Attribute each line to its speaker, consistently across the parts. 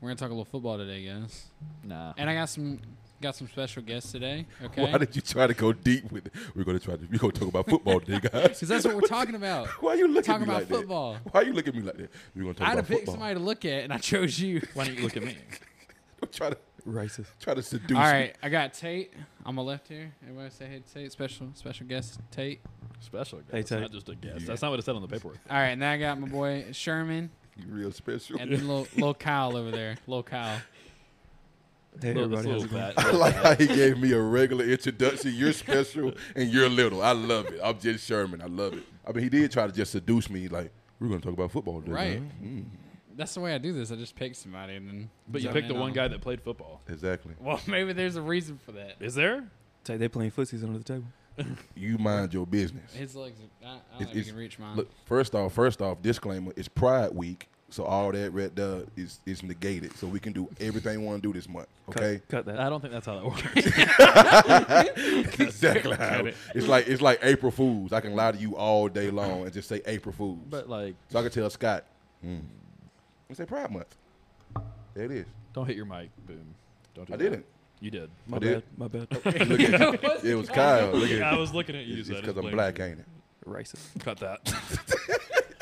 Speaker 1: We're gonna talk a little football today, guys.
Speaker 2: Nah.
Speaker 1: And I got some got some special guests today. Okay.
Speaker 3: Why did you try to go deep with it? We're gonna try to we're gonna talk about football today, guys.
Speaker 1: Because that's what we're talking about.
Speaker 3: Why you looking
Speaker 1: Talking
Speaker 3: at me
Speaker 1: about
Speaker 3: like
Speaker 1: football.
Speaker 3: that? Why you looking at me like that? We're gonna talk
Speaker 1: I had to
Speaker 3: about
Speaker 1: pick
Speaker 3: football.
Speaker 1: somebody to look at, and I chose you.
Speaker 2: Why don't you look at me?
Speaker 3: Don't try to
Speaker 2: Racist.
Speaker 3: try to seduce
Speaker 1: All
Speaker 3: me.
Speaker 1: right, I got Tate on my left here. Everybody say hey to Tate. Special special guest Tate.
Speaker 2: Special guest.
Speaker 4: Hey,
Speaker 2: It's
Speaker 4: Tate.
Speaker 2: not just a guest. That's not what it said on the paperwork.
Speaker 1: All right, now I got my boy Sherman
Speaker 3: You real special.
Speaker 1: and little little Kyle over there. Little Kyle.
Speaker 4: Hey,
Speaker 2: Little-
Speaker 4: everybody.
Speaker 2: little
Speaker 4: how's it
Speaker 2: bat.
Speaker 4: going?
Speaker 3: I like how he gave me a regular introduction. You're special and you're little. I love it. I'm just Sherman. I love it. I mean, he did try to just seduce me. Like we're gonna talk about football today.
Speaker 1: Right.
Speaker 3: man.
Speaker 1: That's the way I do this. I just pick somebody and then.
Speaker 2: But you
Speaker 1: zone
Speaker 2: picked the
Speaker 1: in
Speaker 2: one
Speaker 1: on
Speaker 2: guy
Speaker 1: them.
Speaker 2: that played football.
Speaker 3: Mm, Exactly.
Speaker 1: Well, maybe there's a reason for that.
Speaker 2: Is there?
Speaker 4: Tate, they playing footsies under the table.
Speaker 3: You mind your business.
Speaker 1: His legs. Are, I, I don't
Speaker 3: It's-
Speaker 1: think you
Speaker 3: it's-
Speaker 1: can reach mine.
Speaker 3: Look, first off, first off, disclaimer: it's Pride Week, so all that red there is is negated. So we can do everything we want to do this month.
Speaker 4: Cut-
Speaker 3: Okay,
Speaker 4: Cut, that.
Speaker 2: I don't think that's how that works.
Speaker 3: exactly. How.
Speaker 2: Cut it.
Speaker 3: It's like it's like April Fools. I can lie to you all day long and just say April Fools.
Speaker 2: but like,
Speaker 3: so I can tell Scott, mm, it's a Pride Month. There it is.
Speaker 2: don't hit your mic. Boom. Don't do
Speaker 3: I
Speaker 2: that.
Speaker 3: didn't.
Speaker 2: You did.
Speaker 4: My
Speaker 3: I did.
Speaker 4: bad. My bad.
Speaker 3: Look at you. it was Kyle. Oh, Look at
Speaker 2: I
Speaker 3: it.
Speaker 2: was looking at you.
Speaker 3: It's
Speaker 2: so I
Speaker 3: because
Speaker 2: just
Speaker 3: I'm
Speaker 2: blamed
Speaker 3: black, ain't it?
Speaker 4: Racist.
Speaker 2: you. Cut that.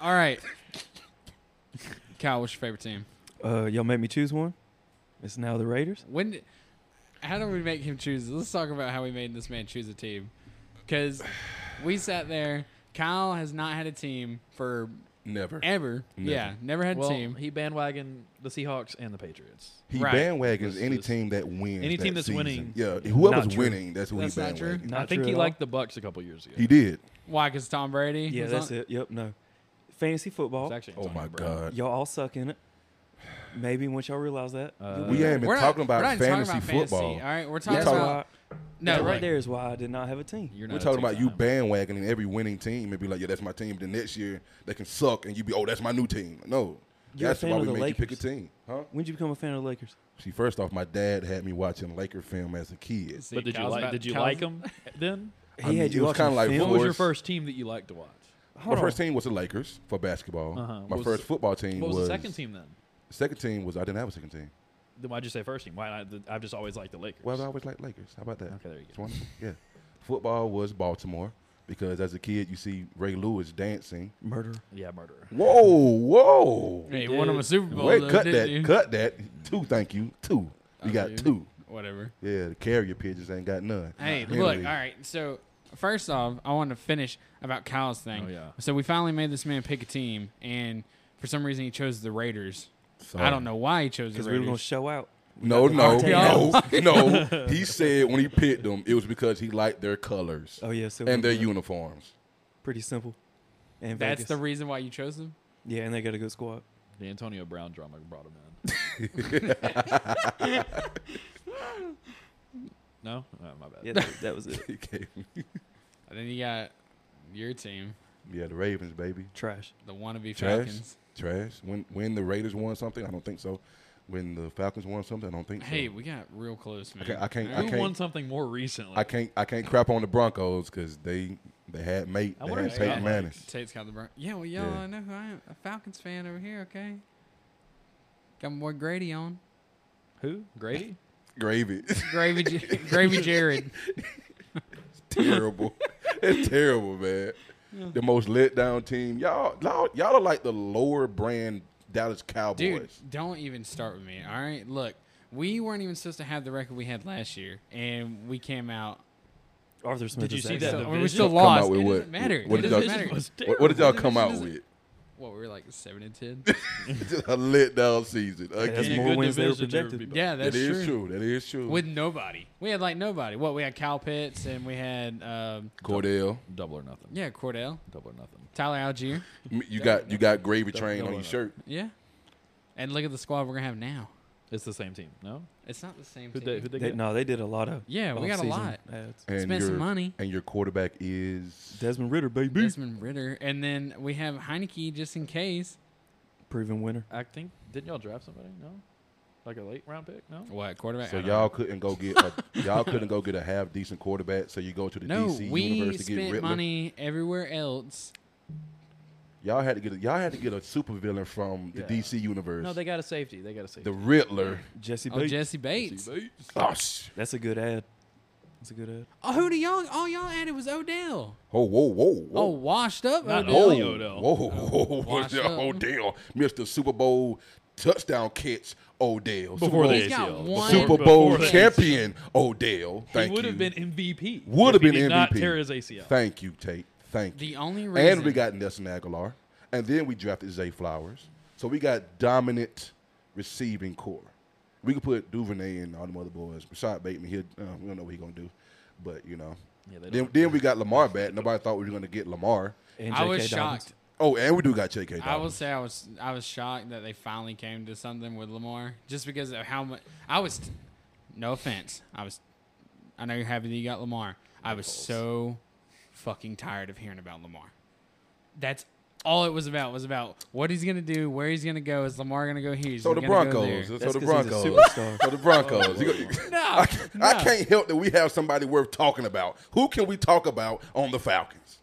Speaker 1: All right. Kyle, what's your favorite team?
Speaker 4: Uh, y'all made me choose one. It's now the Raiders.
Speaker 1: When? Did, how do we make him choose? Let's talk about how we made this man choose a team. Because we sat there. Kyle has not had a team for
Speaker 3: Never.
Speaker 1: ever.
Speaker 3: Never.
Speaker 1: Yeah, never had
Speaker 2: well,
Speaker 1: a team.
Speaker 2: he bandwagoned the Seahawks and the Patriots.
Speaker 3: He
Speaker 1: Right.
Speaker 3: bandwagons
Speaker 2: That's
Speaker 3: any
Speaker 2: just-
Speaker 3: team that wins.
Speaker 2: any team
Speaker 3: that
Speaker 2: that's
Speaker 3: season.
Speaker 2: winning.
Speaker 3: Yeah,
Speaker 4: Not
Speaker 3: whoever's
Speaker 4: true.
Speaker 3: winning, that's who
Speaker 1: That's
Speaker 3: he
Speaker 1: not true.
Speaker 3: bandwagons.
Speaker 4: Not
Speaker 2: I think
Speaker 4: true
Speaker 2: he
Speaker 4: at
Speaker 2: liked the Bucks a couple years ago.
Speaker 3: He did.
Speaker 1: Why? Because Tom Brady.
Speaker 4: Yeah,
Speaker 1: was
Speaker 4: that's
Speaker 1: on-
Speaker 4: it. Yep, no. Fantasy
Speaker 2: It's
Speaker 4: football.
Speaker 2: actually
Speaker 3: Oh
Speaker 2: Antonio
Speaker 3: my
Speaker 2: Brown.
Speaker 3: God.
Speaker 4: y'all all suck in it. Maybe once y'all realize that.
Speaker 2: Uh,
Speaker 4: you'll be
Speaker 3: We
Speaker 4: all
Speaker 3: ain't been
Speaker 1: We're
Speaker 3: talking
Speaker 1: not,
Speaker 3: about
Speaker 1: we're not even
Speaker 3: fantasy
Speaker 1: talking about
Speaker 3: football.
Speaker 1: Fantasy, all right, we're
Speaker 4: right.
Speaker 1: talking
Speaker 4: That's
Speaker 3: talking
Speaker 1: about
Speaker 4: why-
Speaker 1: no
Speaker 4: that
Speaker 1: right
Speaker 4: right there is why I did not have a team.
Speaker 2: You're
Speaker 3: We're
Speaker 2: not a
Speaker 3: talking about you
Speaker 2: two-time.
Speaker 3: bandwagoning every winning team and be like, yeah, that's my team. Then next year they can suck and you be, oh, that's my new team. No,
Speaker 4: You're a
Speaker 3: that's
Speaker 4: fan
Speaker 3: why
Speaker 4: of
Speaker 3: we
Speaker 4: the
Speaker 3: make you pick a
Speaker 4: Lakers.
Speaker 3: team, huh?
Speaker 4: When did you become a fan of the Lakers?
Speaker 3: See, first off, my dad had me watching Laker film as a kid.
Speaker 1: See,
Speaker 2: But did you
Speaker 1: Kyle's
Speaker 2: like?
Speaker 1: about-
Speaker 2: Did you
Speaker 1: Kyle's-
Speaker 2: like him then?
Speaker 4: He
Speaker 3: I mean,
Speaker 4: had
Speaker 3: it
Speaker 4: you
Speaker 3: was
Speaker 4: watching
Speaker 3: kinda like
Speaker 4: film.
Speaker 2: What was your
Speaker 3: course.
Speaker 2: first team that you liked to watch?
Speaker 3: my
Speaker 4: Hold
Speaker 3: first
Speaker 4: on.
Speaker 3: team was the Lakers for basketball.
Speaker 2: Uh-huh.
Speaker 3: My
Speaker 2: What was
Speaker 3: first
Speaker 2: the-
Speaker 3: football team
Speaker 2: What was,
Speaker 3: was
Speaker 2: the second team then?
Speaker 3: Second team was I didn't have a second team.
Speaker 2: Then why'd you say first team? Why not? the- I've just always liked the Lakers.
Speaker 3: Well, I always liked Lakers. How about that?
Speaker 2: okay, there you
Speaker 3: It's
Speaker 2: go.
Speaker 3: wonderful. Yeah, football was Baltimore because as a kid you see Ray Lewis dancing.
Speaker 4: Murderer.
Speaker 2: Yeah, murderer.
Speaker 3: Whoa, whoa!
Speaker 1: Hey, won him a Super Bowl.
Speaker 3: Wait,
Speaker 1: though,
Speaker 3: cut
Speaker 1: didn't
Speaker 3: that,
Speaker 1: you?
Speaker 3: cut that. Two, thank you. Two, we
Speaker 1: Oh,
Speaker 3: got
Speaker 1: dude.
Speaker 3: two.
Speaker 1: Whatever.
Speaker 3: Yeah, the carrier pigeons ain't got none.
Speaker 1: Hey,
Speaker 3: Anyway,
Speaker 1: look, all right. So first off, I wanted to finish about Kyle's thing.
Speaker 2: Oh, yeah.
Speaker 1: So we finally made this man pick a team, and for some reason he chose the Raiders.
Speaker 3: sorry.
Speaker 1: I don't know why he chose the
Speaker 4: Because we were
Speaker 1: Raiders.
Speaker 4: going to show out.
Speaker 3: No, no,
Speaker 4: Yeah.
Speaker 3: no, no. He said when he picked them, it was because he liked their colors
Speaker 4: Oh, yeah. So
Speaker 3: and their
Speaker 4: they
Speaker 3: uniforms.
Speaker 4: Pretty simple. And
Speaker 1: That's
Speaker 4: Vegas.
Speaker 1: the reason why you chose them.
Speaker 4: yeah, and they got a good squad.
Speaker 2: The Antonio Brown drama brought him in. no, oh, my bad.
Speaker 4: Yeah, that, that was it.
Speaker 3: Okay.
Speaker 1: And then you got your team,
Speaker 3: yeah, the Ravens, baby.
Speaker 4: Trash.
Speaker 1: the wannabe
Speaker 3: Trash.
Speaker 1: Falcons.
Speaker 3: Trash. When when the Raiders won something, I don't think so. When the Falcons won something, I don't think so.
Speaker 1: Hey, we got real close, man.
Speaker 3: can't- I can't-
Speaker 1: All
Speaker 3: I
Speaker 1: right.
Speaker 2: Who
Speaker 3: can't-
Speaker 2: won something more recently?
Speaker 3: I can't I can't crap on the Broncos because they they had mate.
Speaker 2: I
Speaker 3: They
Speaker 2: wonder
Speaker 3: had
Speaker 2: if
Speaker 3: Peyton
Speaker 2: Scott
Speaker 3: Manning.
Speaker 2: likes-
Speaker 1: Tate's got the burn. Yeah, well, y'all,
Speaker 3: Yeah.
Speaker 1: I know who I am. A Falcons fan over here, okay? Got my boy Grady on.
Speaker 2: Who? Grady?
Speaker 3: Gravy.
Speaker 1: Gravy, J- Gravy Jared.
Speaker 3: terrible. it's terrible, man. The most let down team. Y'all, y'all, y'all are like the lower brand Dallas Cowboys.
Speaker 1: Dude, don't even start with me, all right? Look, we weren't even supposed to have the record we had last year, and we came out.
Speaker 4: Arthur Smith.
Speaker 2: you
Speaker 4: is
Speaker 2: see that
Speaker 4: excellent.
Speaker 2: the-
Speaker 1: So, we
Speaker 2: division-
Speaker 1: still
Speaker 3: Come out
Speaker 1: lost.
Speaker 3: with
Speaker 1: It
Speaker 3: what?
Speaker 1: doesn't matter.
Speaker 3: What
Speaker 1: It
Speaker 3: did
Speaker 1: doesn't
Speaker 3: y'all-
Speaker 1: matter.
Speaker 2: was
Speaker 3: What, what did y'all
Speaker 1: Division
Speaker 3: come out
Speaker 1: is-
Speaker 3: with?
Speaker 1: What, we were like 7 and 10?
Speaker 3: a let down season.
Speaker 4: that's
Speaker 3: Again.
Speaker 4: more wins they were projected.
Speaker 2: Yeah.
Speaker 1: yeah, that's
Speaker 3: that is
Speaker 1: true.
Speaker 3: true. That is true.
Speaker 1: With nobody. We had like nobody. What, we had Cal Pitts, and we had, um,
Speaker 3: Cordell,
Speaker 2: Double or nothing.
Speaker 1: yeah, Cordell,
Speaker 2: Double or nothing.
Speaker 1: Tyler Algier.
Speaker 3: m- you got you got gravy train
Speaker 2: double
Speaker 3: on
Speaker 2: or
Speaker 3: your
Speaker 2: nothing.
Speaker 3: shirt.
Speaker 1: Yeah. And look at the squad we're going to have now.
Speaker 2: It's the same team. No.
Speaker 1: It's not the same
Speaker 2: Who
Speaker 1: team.
Speaker 2: they? Who they
Speaker 4: They,
Speaker 2: get?
Speaker 4: no, they did a lot of.
Speaker 1: Yeah, we got a
Speaker 4: off-season
Speaker 1: lot.
Speaker 4: ads.
Speaker 3: And
Speaker 1: Spend some
Speaker 3: your-
Speaker 1: money.
Speaker 3: And your quarterback is
Speaker 4: Desmond Ritter, baby,
Speaker 1: Desmond Ritter, and then we have Heineke just in case.
Speaker 4: proven winner.
Speaker 2: I think didn't y'all draft somebody? No.
Speaker 5: Like a late round pick? No.
Speaker 1: What quarterback?
Speaker 3: So
Speaker 1: I don't
Speaker 3: y'all couldn't go get a, y'all couldn't go get a half decent quarterback. So you go to the
Speaker 1: know. No,
Speaker 3: DC
Speaker 1: we
Speaker 3: universe to get
Speaker 1: spent
Speaker 3: Riddler.
Speaker 1: money everywhere else.
Speaker 3: Y'all had to get a, y'all had to get a supervillain from the
Speaker 5: Yeah.
Speaker 3: DC universe.
Speaker 5: No, they got a safety. They got a safety.
Speaker 3: the Riddler.
Speaker 4: Jesse
Speaker 1: Oh,
Speaker 4: Bates.
Speaker 1: Jesse Bates.
Speaker 3: Oh, sh-
Speaker 4: That's a good ad. That's a good ad.
Speaker 1: Oh, who do y'all? All y'all added was Odell.
Speaker 3: oh whoa, whoa, whoa.
Speaker 1: Oh, washed up
Speaker 5: Not
Speaker 1: Odell.
Speaker 5: Odell.
Speaker 3: Whoa, whoa, whoa.
Speaker 1: washed up.
Speaker 3: Odell, Mr. Super Bowl touchdown catch, Odell. Super
Speaker 5: Before
Speaker 3: Bowl,
Speaker 5: the
Speaker 1: He's got
Speaker 5: ACL.
Speaker 1: one-
Speaker 3: Super
Speaker 5: Before
Speaker 3: Bowl
Speaker 5: the ACL.
Speaker 3: champion, Odell.
Speaker 5: He
Speaker 3: Thank
Speaker 5: would
Speaker 3: you.
Speaker 5: have been MVP.
Speaker 3: Would
Speaker 5: if
Speaker 3: have been
Speaker 5: he did Not
Speaker 3: MVP.
Speaker 5: tear his ACL.
Speaker 3: Thank you, Tate. Thank you.
Speaker 1: The only reason
Speaker 3: And we got Nelson Aguilar, and then we drafted Zay Flowers. So we got dominant receiving core. We could put Duvernay and all them other boys. Rashad Bateman, he uh, we don't know what he's gonna do, but you know.
Speaker 5: Yeah, they
Speaker 3: then
Speaker 5: don't-
Speaker 3: then we got Lamar back. Nobody thought we were gonna get Lamar.
Speaker 4: And
Speaker 1: I was
Speaker 4: J.K. Dobbins.
Speaker 1: shocked.
Speaker 3: Oh, and we do got J.K.
Speaker 1: I will
Speaker 3: Dobbins.
Speaker 1: say I was I was shocked that they finally came to something with Lamar, just because of how much I was. No offense, I was. I know you're happy that you got Lamar. I was so fucking tired of hearing about Lamar. That's all it was about. Was about what he's gonna do, where he's gonna go. Is Lamar gonna go here? Is
Speaker 3: So
Speaker 1: he
Speaker 3: the
Speaker 1: gonna go
Speaker 3: Broncos.
Speaker 1: there?
Speaker 3: So
Speaker 4: That's
Speaker 3: the
Speaker 4: 'cause he's a
Speaker 3: Broncos.
Speaker 4: superstar.
Speaker 3: So the Broncos. You go-
Speaker 1: Oh, No,
Speaker 3: I, can't- I can't help that we have somebody worth talking about. Who can we talk about on the Falcons?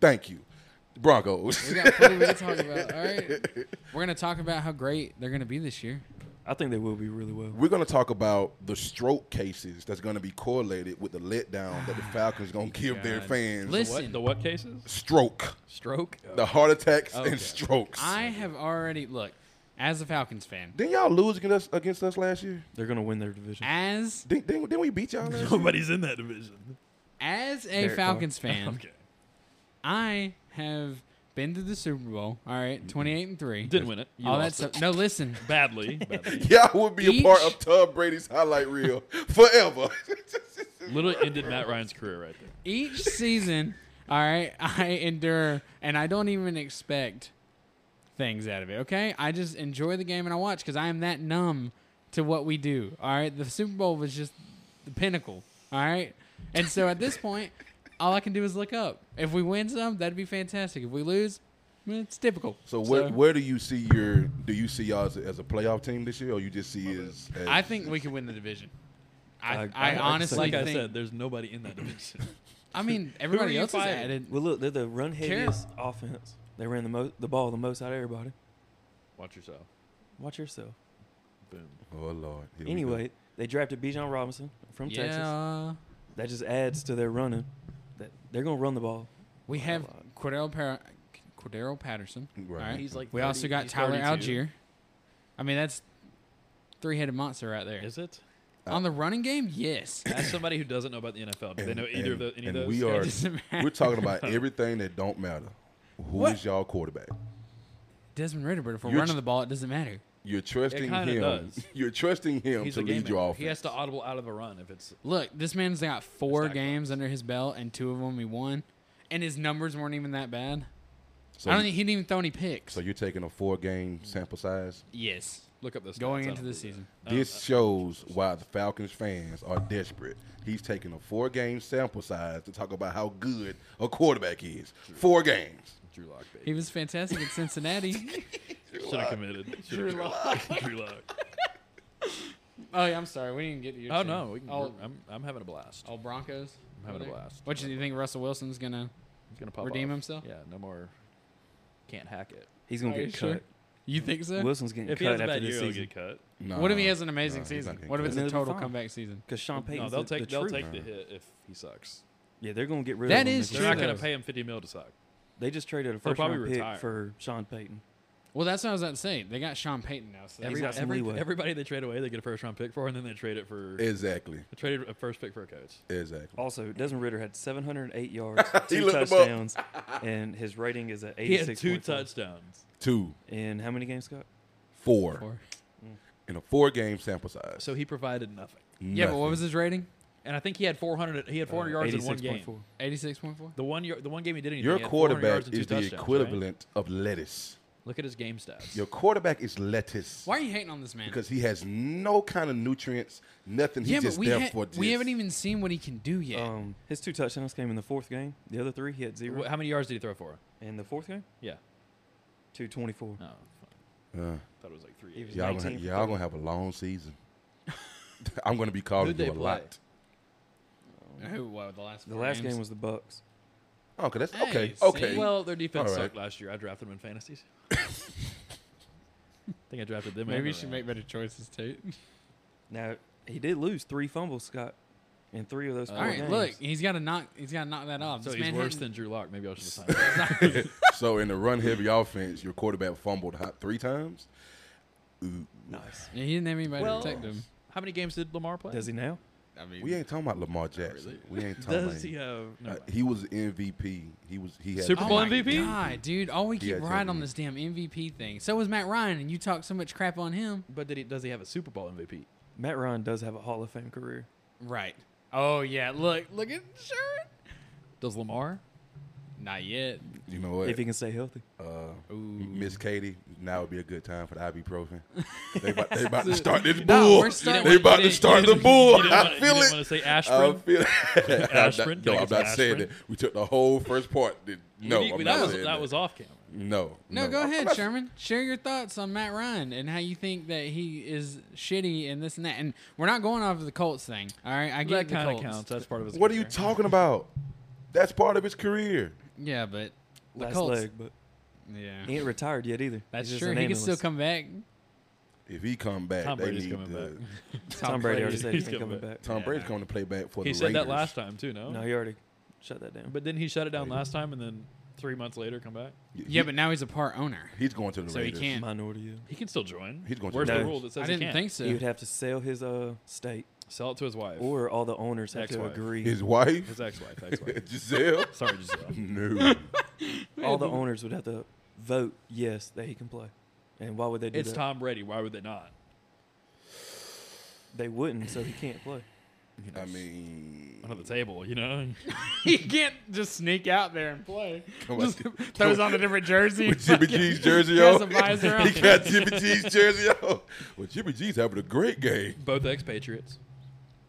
Speaker 3: Thank you, Broncos.
Speaker 1: We got plenty we can talk about. All right, we're gonna talk about how great they're gonna be this year.
Speaker 4: I think they will be really well.
Speaker 3: We're going to talk about the stroke cases that's going to be correlated with the letdown that the Falcons going to give their
Speaker 1: Oh God.
Speaker 3: fans.
Speaker 1: Listen.
Speaker 5: What the what cases?
Speaker 3: Stroke,
Speaker 5: Stroke.
Speaker 3: the heart attacks
Speaker 1: Okay.
Speaker 3: and strokes.
Speaker 1: I have already look as a Falcons fan.
Speaker 3: didn't y'all lose against us, against us last year?
Speaker 4: They're gonna win their division.
Speaker 1: As
Speaker 3: Didn't, didn't, didn't we beat y'all? Last year?
Speaker 5: Nobody's in that division.
Speaker 1: as a
Speaker 4: Derek Carr.
Speaker 1: Falcons fan,
Speaker 5: Okay.
Speaker 1: I have been to the Super Bowl. All right, twenty-eight and three.
Speaker 5: Didn't win it. You
Speaker 1: all that
Speaker 5: lost
Speaker 1: stuff. No, listen.
Speaker 5: it. badly. badly.
Speaker 3: Y'all would be a part
Speaker 1: Each-
Speaker 3: of Tub Brady's highlight reel forever.
Speaker 5: Literally ended Matt Ryan's career right there.
Speaker 1: Each season, all right, I endure, and I don't even expect things out of it. Okay, I just enjoy the game and I watch because I am that numb to what we do. All right, the Super Bowl was just the pinnacle. All right, and so at this point, all I can do is look up. If we win some, that'd be fantastic. If we lose, eh, it's typical.
Speaker 3: So where where do you see your do you see y'all as a, as a playoff team this year, or you just see as, as
Speaker 1: I think we could win the division. I,
Speaker 4: I-
Speaker 1: I,
Speaker 4: I-
Speaker 1: honestly
Speaker 5: Like I
Speaker 1: think.
Speaker 5: said, there's nobody in that division.
Speaker 1: I mean, everybody
Speaker 5: you
Speaker 1: else is
Speaker 5: fighting?
Speaker 1: added.
Speaker 4: Well, look, they're the run heaviest offense. They ran the most, the ball the most out of everybody.
Speaker 5: Watch yourself.
Speaker 4: Watch yourself.
Speaker 5: Boom.
Speaker 3: Oh Lord. here we go.
Speaker 4: Anyway, they drafted Bijan Robinson from Texas.
Speaker 1: Yeah,
Speaker 4: That just adds to their running. That they're gonna run the ball.
Speaker 1: we have
Speaker 4: Hold on.
Speaker 1: Cordero, Par- Cordero Patterson.
Speaker 3: Right.
Speaker 1: all right?
Speaker 5: He's like
Speaker 1: we
Speaker 5: 30
Speaker 1: also got
Speaker 5: he's
Speaker 1: Tyler
Speaker 5: 32.
Speaker 1: Algier. I mean, that's three-headed monster right there.
Speaker 5: Is it?
Speaker 1: On the running game, yes.
Speaker 5: Ask somebody who doesn't know about the NFL. Do they know either of
Speaker 3: and-
Speaker 5: those? Any of
Speaker 3: and
Speaker 5: those?
Speaker 3: we are
Speaker 1: doesn't matter.
Speaker 3: we're talking about everything that don't matter. Who
Speaker 1: What?
Speaker 3: is y'all quarterback?
Speaker 1: Desmond Ritter, but if we're
Speaker 3: You're
Speaker 1: running
Speaker 3: ch-
Speaker 1: the ball, it doesn't matter.
Speaker 3: You're trusting him.
Speaker 5: kinda does.
Speaker 3: You're trusting him
Speaker 5: He's
Speaker 3: to
Speaker 5: a game
Speaker 3: lead your
Speaker 5: manager.
Speaker 3: offense.
Speaker 5: He has to audible out of a run if it's
Speaker 1: Look, this man's got four
Speaker 5: Stack
Speaker 1: games under his belt, and two of them he won, and his numbers weren't even that bad.
Speaker 3: so,
Speaker 1: I don't think he didn't even throw any picks.
Speaker 3: so you're taking a four game sample size.
Speaker 1: yes,
Speaker 5: look up this
Speaker 1: going into the season.
Speaker 3: This
Speaker 1: uh,
Speaker 3: shows why the Falcons fans are desperate. He's taking a four game sample size to talk about how good a quarterback is. Four games.
Speaker 5: Drew Lock,
Speaker 1: He
Speaker 5: baby.
Speaker 1: was fantastic at Cincinnati.
Speaker 5: Should have committed. Drew Lock. Drew Lock.
Speaker 1: oh yeah, I'm sorry, we didn't get to your.
Speaker 5: Oh
Speaker 1: team.
Speaker 5: no, we can,
Speaker 1: All,
Speaker 5: I'm I'm having a blast.
Speaker 1: all Broncos.
Speaker 5: I'm having a
Speaker 1: over there?
Speaker 5: blast.
Speaker 1: What do you think Russell Wilson's gonna?
Speaker 5: He's gonna pop
Speaker 1: Redeem
Speaker 5: off.
Speaker 1: himself?
Speaker 5: Yeah, no more. Can't hack it.
Speaker 4: He's gonna
Speaker 1: Are
Speaker 4: get
Speaker 1: you
Speaker 4: cut.
Speaker 1: sure? You think so?
Speaker 4: Wilson's getting
Speaker 5: If he
Speaker 4: cut
Speaker 5: has a
Speaker 4: after
Speaker 5: bad
Speaker 4: this
Speaker 5: year, he'll
Speaker 4: season
Speaker 5: get cut.
Speaker 1: what if he
Speaker 3: Nah.
Speaker 1: has an amazing
Speaker 3: No, he's
Speaker 1: season?
Speaker 3: not
Speaker 1: What if
Speaker 3: getting
Speaker 1: it's
Speaker 4: cut.
Speaker 1: a
Speaker 4: They'll be
Speaker 1: total
Speaker 4: fine.
Speaker 1: comeback season?
Speaker 4: because Sean
Speaker 5: No,
Speaker 4: Payton's
Speaker 5: they'll
Speaker 4: the,
Speaker 5: take
Speaker 4: the
Speaker 5: they'll
Speaker 4: truth.
Speaker 5: take the hit if he sucks.
Speaker 4: Yeah, they're gonna get rid
Speaker 1: That
Speaker 4: of him.
Speaker 1: is
Speaker 4: this
Speaker 1: true,
Speaker 5: They're
Speaker 4: year.
Speaker 5: not gonna
Speaker 1: though.
Speaker 5: pay him fifty mil to suck.
Speaker 4: They just traded a
Speaker 5: They'll
Speaker 4: first round
Speaker 5: probably
Speaker 4: pick
Speaker 5: retire.
Speaker 4: for Sean Payton.
Speaker 1: Well, that's what I was about to say. They got Sean Payton now, so
Speaker 4: Every-
Speaker 1: that's-
Speaker 4: got some leeway.
Speaker 5: Everybody they trade away, they get a first round pick for, and then they trade it for.
Speaker 3: Exactly.
Speaker 5: they traded a first pick for a coach.
Speaker 3: Exactly.
Speaker 4: Also, Desmond Ritter had 708 yards,
Speaker 3: He
Speaker 4: two
Speaker 3: looked 'em up.
Speaker 4: touchdowns, and his rating is at 86.
Speaker 5: He had two touchdowns.
Speaker 3: Two,
Speaker 4: In how many games, Scott?
Speaker 3: four,
Speaker 1: Four.
Speaker 3: in a four game sample size.
Speaker 5: So he provided nothing.
Speaker 1: Yeah, but what was his rating?
Speaker 5: And I think he had 400. He had
Speaker 4: Uh,
Speaker 5: 400 yards in one game.
Speaker 4: 86.4.
Speaker 1: Eighty-six point four.
Speaker 5: The one year, the one game he did anything.
Speaker 3: Your
Speaker 5: he had 400 yards
Speaker 3: quarterback
Speaker 5: and two
Speaker 3: is the
Speaker 5: touchdowns, right?
Speaker 3: equivalent of lettuce.
Speaker 5: Look at his game stats.
Speaker 3: Your quarterback is lettuce
Speaker 1: Why are you hating on this man?
Speaker 3: because he has no kind of nutrients, nothing. He's
Speaker 1: yeah, but
Speaker 3: just
Speaker 1: we,
Speaker 3: there
Speaker 1: ha-
Speaker 3: for
Speaker 1: we
Speaker 3: this.
Speaker 1: haven't even seen what he can do yet.
Speaker 4: Um, his two touchdowns came in the fourth game. The other three, he had zero.
Speaker 5: Wh- How many yards did he throw for?
Speaker 4: In the fourth game,
Speaker 5: Yeah.
Speaker 4: 224.
Speaker 5: No.
Speaker 3: Uh,
Speaker 5: thought it was like three.
Speaker 4: He was-
Speaker 3: y'all, gonna
Speaker 4: 19
Speaker 3: have,
Speaker 4: for
Speaker 3: y'all gonna have a long season. I'm gonna be calling
Speaker 6: Who'd they
Speaker 3: you a
Speaker 6: play?
Speaker 3: lot.
Speaker 1: Who? What? The last.
Speaker 4: Um, The
Speaker 1: four
Speaker 4: last
Speaker 1: games?
Speaker 4: game was the Bucks.
Speaker 3: Oh, okay, that's
Speaker 1: Hey,
Speaker 3: okay.
Speaker 1: see,
Speaker 3: Okay.
Speaker 6: Well, their defense
Speaker 3: All right.
Speaker 6: sucked.
Speaker 5: Sucked last year. I drafted them in fantasies. I think I drafted them. and
Speaker 1: Maybe you
Speaker 5: the
Speaker 1: should make
Speaker 5: Rams.
Speaker 1: better choices, Tate.
Speaker 4: Now he did lose three fumbles, Scott, in three of those.
Speaker 5: All
Speaker 4: Four
Speaker 1: Uh, All right,
Speaker 4: games.
Speaker 1: look, he's got to knock. He's got to knock that off.
Speaker 5: So
Speaker 1: This
Speaker 5: he's
Speaker 1: man
Speaker 5: worse
Speaker 1: hadn't-
Speaker 5: than Drew Lock. Maybe I should have signed him.
Speaker 3: so in the run-heavy offense, your quarterback fumbled hot three times. Ooh.
Speaker 4: nice.
Speaker 1: Yeah, he didn't have anybody
Speaker 6: Well-
Speaker 1: to protect him.
Speaker 5: How many games did Lamar play?
Speaker 4: Does he now?
Speaker 1: I mean,
Speaker 3: We ain't talking about Lamar Jackson.
Speaker 5: really?
Speaker 3: We ain't talking.
Speaker 5: Does
Speaker 3: about
Speaker 5: he
Speaker 3: him.
Speaker 5: have? No.
Speaker 3: Uh, he was MVP. He was. He had
Speaker 5: Super
Speaker 1: oh
Speaker 5: Bowl
Speaker 1: my
Speaker 5: MVP?
Speaker 1: God, dude! All we keep
Speaker 3: Yeah,
Speaker 1: riding
Speaker 3: totally.
Speaker 1: on this damn MVP thing. So was Matt Ryan, and you talk so much crap on him.
Speaker 6: But did he, does he have a Super Bowl MVP?
Speaker 4: Matt Ryan does have a Hall of Fame career.
Speaker 1: Right. Oh yeah. Look, look at Sharon.
Speaker 6: Does Lamar?
Speaker 1: Not yet.
Speaker 3: You know what?
Speaker 4: If he can stay healthy.
Speaker 3: Uh,
Speaker 1: Ooh.
Speaker 3: Miss Katie, now would be a good time for the ibuprofen. they, about, they about to start this bull.
Speaker 1: No, we're starting-
Speaker 3: they about to start the bull.
Speaker 5: You didn't
Speaker 3: I
Speaker 5: wanna- you
Speaker 3: feel
Speaker 5: didn't
Speaker 3: it.
Speaker 5: wanna say
Speaker 3: I
Speaker 5: Ashburn.
Speaker 3: feel it. I'm not-
Speaker 5: Aspirin? Can
Speaker 3: No,
Speaker 5: I
Speaker 3: I'm
Speaker 5: get some
Speaker 3: not saying
Speaker 5: aspirin?
Speaker 3: that. We took the whole first part. Did- No,
Speaker 5: We-
Speaker 3: I'm
Speaker 5: that
Speaker 3: not
Speaker 5: was
Speaker 3: saying
Speaker 5: that was off camera.
Speaker 3: No,
Speaker 1: No, go
Speaker 3: I'm- I'm
Speaker 1: ahead,
Speaker 3: not-
Speaker 1: Sherman. Share your thoughts on Matt Ryan and how you think that he is shitty and this and that. And we're not going off of the Colts thing. All right, I get
Speaker 5: That
Speaker 1: the
Speaker 5: kind
Speaker 1: Colts.
Speaker 5: of counts. That's part of his.
Speaker 3: What are you
Speaker 5: career.
Speaker 3: talking about? That's part of his career.
Speaker 1: Yeah, but the
Speaker 4: Last
Speaker 1: Colts.
Speaker 4: leg, but he
Speaker 1: Yeah,
Speaker 4: ain't retired yet either.
Speaker 1: that's
Speaker 4: He's just
Speaker 1: true.
Speaker 4: an
Speaker 1: He can still
Speaker 4: analyst.
Speaker 1: come back.
Speaker 3: If he come back,
Speaker 5: Tom
Speaker 3: they
Speaker 5: Brady's
Speaker 3: need
Speaker 5: coming
Speaker 3: to-
Speaker 5: back.
Speaker 4: Tom Brady already said he's
Speaker 5: He's
Speaker 4: coming
Speaker 5: coming
Speaker 4: back.
Speaker 3: Tom Brady's coming to play back for
Speaker 5: He
Speaker 3: the
Speaker 5: said
Speaker 3: Raiders.
Speaker 5: that last time too. No.
Speaker 4: No, he already shut that down.
Speaker 5: But didn't he shut it down last time and then three months later come back?
Speaker 3: He-
Speaker 1: Yeah, but now he's a part owner.
Speaker 3: he's going to the
Speaker 1: So he
Speaker 3: Raiders.
Speaker 1: can't-
Speaker 4: Minority. yeah.
Speaker 5: He can still join.
Speaker 3: He's going to
Speaker 5: Where's
Speaker 4: No.
Speaker 5: the rule that
Speaker 1: I
Speaker 5: says he
Speaker 1: didn't
Speaker 5: can't?
Speaker 1: think so.
Speaker 4: He would have to sell his uh state,
Speaker 5: Sell it to his wife.
Speaker 4: or all the owners have to
Speaker 5: Ex-wife.
Speaker 4: agree.
Speaker 3: His wife,
Speaker 5: his ex-wife. Ex-wife.
Speaker 3: Giselle.
Speaker 5: Sorry, Giselle.
Speaker 3: no,
Speaker 4: all the owners would have to vote yes that he can play. And why would they do
Speaker 5: It's
Speaker 4: that?
Speaker 5: Tom Brady. Why would they not?
Speaker 4: They wouldn't, so he can't play.
Speaker 5: You know,
Speaker 3: I mean,
Speaker 5: under the table. You know,
Speaker 1: he can't just sneak out there and play.
Speaker 3: Come on,
Speaker 1: Just
Speaker 3: dude.
Speaker 1: throws on a different jersey.
Speaker 3: with Jimmy G's jersey
Speaker 1: He has
Speaker 3: on.
Speaker 1: a visor on.
Speaker 3: He got Jimmy G's jersey on. Well, Jimmy G's having a great game.
Speaker 5: both ex-Patriots.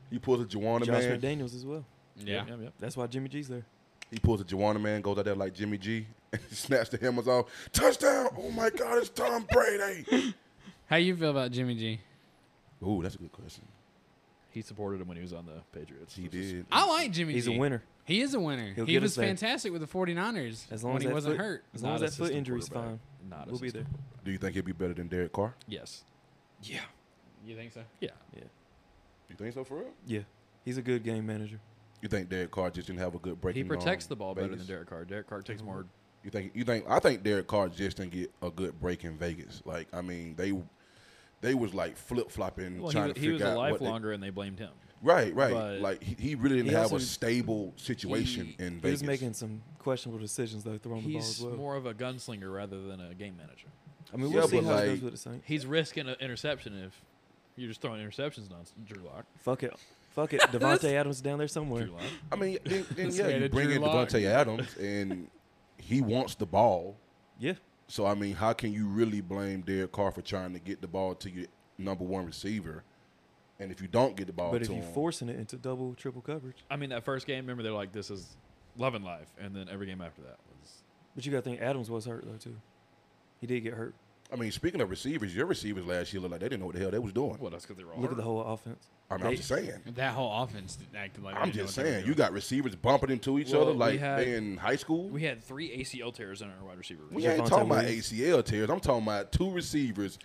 Speaker 3: He pulls a Juana
Speaker 4: Josh
Speaker 3: man.
Speaker 4: McDaniels as well.
Speaker 1: yeah.
Speaker 5: Yep, yep, yep.
Speaker 4: That's why Jimmy G's there.
Speaker 3: He pulls a Juana man, goes out there like Jimmy G, and snaps the helmets off. Touchdown! Oh my God, it's Tom Brady.
Speaker 1: How you feel about Jimmy G?
Speaker 3: Ooh, that's a good question.
Speaker 5: He supported him when he was on the Patriots.
Speaker 3: He
Speaker 5: This is-
Speaker 3: did.
Speaker 1: I like Jimmy
Speaker 4: He's
Speaker 1: G.
Speaker 4: a winner.
Speaker 1: He is a winner.
Speaker 4: He'll
Speaker 1: he
Speaker 4: get
Speaker 1: was
Speaker 4: us there.
Speaker 1: fantastic with the 49ers
Speaker 4: As long
Speaker 1: when
Speaker 4: as
Speaker 1: he
Speaker 4: that
Speaker 1: wasn't
Speaker 4: foot-
Speaker 1: hurt.
Speaker 4: As long
Speaker 5: not
Speaker 4: as that foot
Speaker 5: assistant
Speaker 4: injury's fine,
Speaker 5: quarterback. Not
Speaker 4: we'll be there.
Speaker 5: assistant.
Speaker 3: Do you think he'll be better than Derek Carr?
Speaker 5: Yes.
Speaker 4: Yeah,
Speaker 1: You think so?
Speaker 5: Yeah.
Speaker 3: You think so for real?
Speaker 4: yeah. He's a good game manager.
Speaker 3: You think Derek Carr just didn't have a good breaking?
Speaker 5: He protects
Speaker 3: arm
Speaker 5: the ball better
Speaker 3: Vegas?
Speaker 5: than Derek Carr. Derek Carr takes
Speaker 4: Mm-hmm.
Speaker 5: more.
Speaker 3: You think you think I think Derek Carr just didn't get a good break in Vegas. Like I mean, they they was like flip flopping
Speaker 5: Well,
Speaker 3: trying
Speaker 5: he,
Speaker 3: to
Speaker 5: he
Speaker 3: figure
Speaker 5: was a
Speaker 3: out what they-
Speaker 5: lifelonger, and they blamed him.
Speaker 3: right, right.
Speaker 5: but-
Speaker 3: like he, he really didn't
Speaker 4: He
Speaker 3: have
Speaker 4: also-
Speaker 3: a stable situation
Speaker 4: he,
Speaker 3: in
Speaker 4: he
Speaker 3: Vegas.
Speaker 4: was making some questionable decisions though, throwing the ball as
Speaker 5: He's
Speaker 4: well.
Speaker 5: more of a gunslinger rather than a game manager.
Speaker 4: I mean,
Speaker 3: Yeah,
Speaker 4: we'll see
Speaker 3: but
Speaker 4: how it
Speaker 3: like-
Speaker 4: goes with the Saints.
Speaker 5: He's risking an interception if you're just throwing interceptions on Drew Lock.
Speaker 4: Fuck it, fuck it. Devontae Adams down there somewhere.
Speaker 5: Drew Lock.
Speaker 3: I mean, then, then
Speaker 1: This
Speaker 3: yeah,
Speaker 1: man
Speaker 3: you
Speaker 1: is
Speaker 3: bring
Speaker 1: Drew
Speaker 3: in
Speaker 1: Lock.
Speaker 3: Devontae Adams, and he wants the ball.
Speaker 4: Yeah,
Speaker 3: So I mean, how can you really blame Derek Carr for trying to get the ball to your number one receiver? And if you don't get the ball
Speaker 4: but
Speaker 3: to
Speaker 4: if you're
Speaker 3: him,
Speaker 4: forcing it into double, triple coverage,
Speaker 5: I mean, that first game, remember they're like, "This is love and life," and then every game after that was.
Speaker 4: but you got to think Adams was hurt though too. He did get hurt.
Speaker 3: I mean, speaking of receivers, your receivers last year looked like they didn't know what the hell they was doing.
Speaker 5: Well, that's because they were all.
Speaker 4: Look at the
Speaker 5: hurt.
Speaker 4: whole offense.
Speaker 3: I mean, I'm
Speaker 4: They-
Speaker 3: just saying.
Speaker 1: That whole offense acted like. they
Speaker 3: I'm
Speaker 1: didn't know
Speaker 3: just
Speaker 1: what they were
Speaker 3: saying, you
Speaker 1: doing.
Speaker 3: got receivers bumping into each
Speaker 5: Well,
Speaker 3: other
Speaker 5: we
Speaker 3: like
Speaker 5: had-
Speaker 3: they in high school. We,
Speaker 5: We had three ACL tears in our wide receiver. room.
Speaker 3: ain't
Speaker 4: Javonte
Speaker 3: talking about
Speaker 4: Williams.
Speaker 3: ACL tears. I'm talking about two receivers